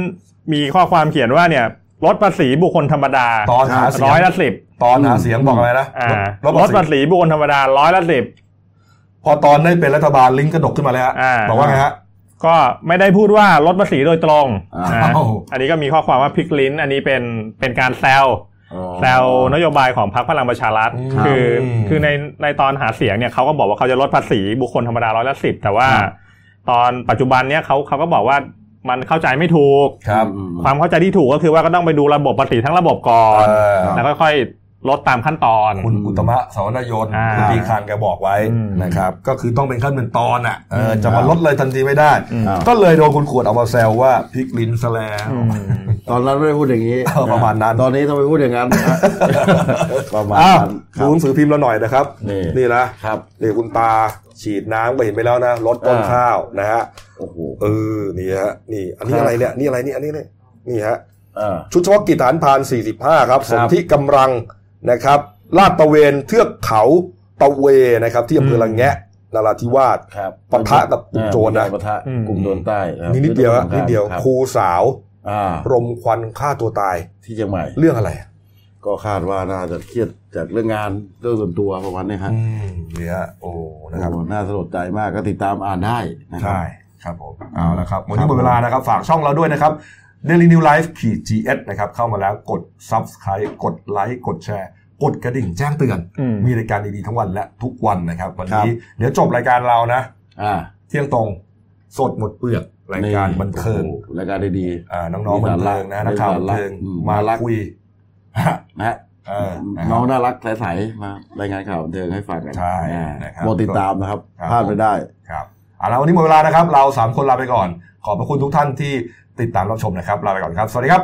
มีข้อความเขียนว่าเนี่ยลดภาษีบุคคลธรรมดา ตอนหาเสียง ร้อยละสิบ ตอนหาเสียงบอกอะไรนะ อ่า ลด ล ภา ด ษี ภาษีบุคคลธรรมดาร้อยละสิบ พอตอนได้เป็นรัฐบาลลิงก์กระดกขึ้นมาแล้วฮะ อ่า บอกว่าไงฮะ ก็ไม่ได้พูดว่าลดภาษีโดยตรง อ้าว นะอันนี้ก็มีข้อความว่าพลิกลิ้น อันนี้เป็นเป็นการแซวแซวนโยบายของพรรคพลังประชารัฐ อืม คือ อืม คือในในตอนหาเสียงเนี่ยเขาก็บอกว่าเขาจะลดภาษีบุคคลธรรมดาร้อยละสิบแต่ว่า ครับ ตอนปัจจุบันเนี่ยเขาเขาก็บอกว่ามันเข้าใจไม่ถูก ครับ อืม ความเข้าใจที่ถูกก็คือว่าก็ต้องไปดูระบบภาษีทั้งระบบก่อน เอ่อ ครับ แล้วค่อยๆลดตามขั้นตอน คุณอุตมะสาวนายน อ่า คุณตีคลังแกบอกไว้ อืม นะครับ ก็คือต้องเป็นขั้นเป็นตอนอ่ะเออจะ ครั มา บ ลดเลยทันทีไม่ได้ อืม อ้าว ก็เลยโดนคุณขวดเอามาแซวว่าพลิกลิ้นซะแล้ว ตอนนั้นไม่ได้พูดอย่างนี้ เออประมาณนั้น ตอนนี้ทำไมพูดอย่างนั้น ประมาณ อ้าวดูหนั้นครับนังสือพิมพ์เราหน่อยนะครับ นี่ นี่นะครับ นี่คุณตาฉีดน้ำก็เห็นไปแล้วนะลดต้น อ่า ข้าวนะฮะ โอ้โห เออนี่ฮะนี่อันนี้ ครับ อะไรเนี่ยนี่อะไรนี่อันนี้เนี่ยนี่ฮะ อ่า ชุดเฉพาะกิจฐานพราน 45 ครับ ครับ สนธิกำลังนะครับลาดตระเวนเทือกเขาตะเวนะครับ ที่อำเภอละแงะนราธิวาส ครับ ปะทะกับกลุ่มโจรนะ อ่าปะทะ อืม กลุ่มโจรใต้ครับ นี่นิดเดียวฮะนิดเดียว ครับ ครูสาว อ่าร มควันฆ่าตัวตาย ที่เชียงใหม่ เรื่องอะไรอ่ะ ก็คาดว่าน่าจะเครียดจากเรื่องงานเรื่องส่วนตัวประมาณนี้ครับ อืมเนี่ยฮะโอ้นะครับ โอ้โหน่าสลดใจมากก็ติดตามอ่านได้นะครั ใช่ บ ครับผมเอาละครับ วัน ค นี้ รับ หมดเวลานะครับ ฝากช่องเราด้วยนะครับ Daily New Life ขีด GS นะครับ เข้ามาแล้วกด Subscribe กดไลค์กดแชร์ กดกระดิ่งแจ้งเตือน อืม มีรายการดีๆทั้งวันและทุกวันนะครับ วัน ครับ นี้เดี๋ยวจบรายการเรานะ อ่า เที่ยงตรงสดหมดเปลือกรายการบันเทิง โอ้โหรายการดี อ่าน้องๆบันเทิงนะนักข่าวบันเทิง อืม มาคุยฮะ ๆนะฮะ เออนะ น้อง ครับ น่ารักใสๆมารายงานข่าวบันเทิงให้ฟังกัน ใช่ อ่า นะครับ โปรดติดตามนะครับ ครับ พลาดไม่ได้ ครับเอาละวันนี้หมดเวลานะครับ เราสามคนลาไปก่อน ขอบพระคุณทุกท่านที่ติดตามรับชมนะครับ ลาไปก่อนครับ สวัสดีครับ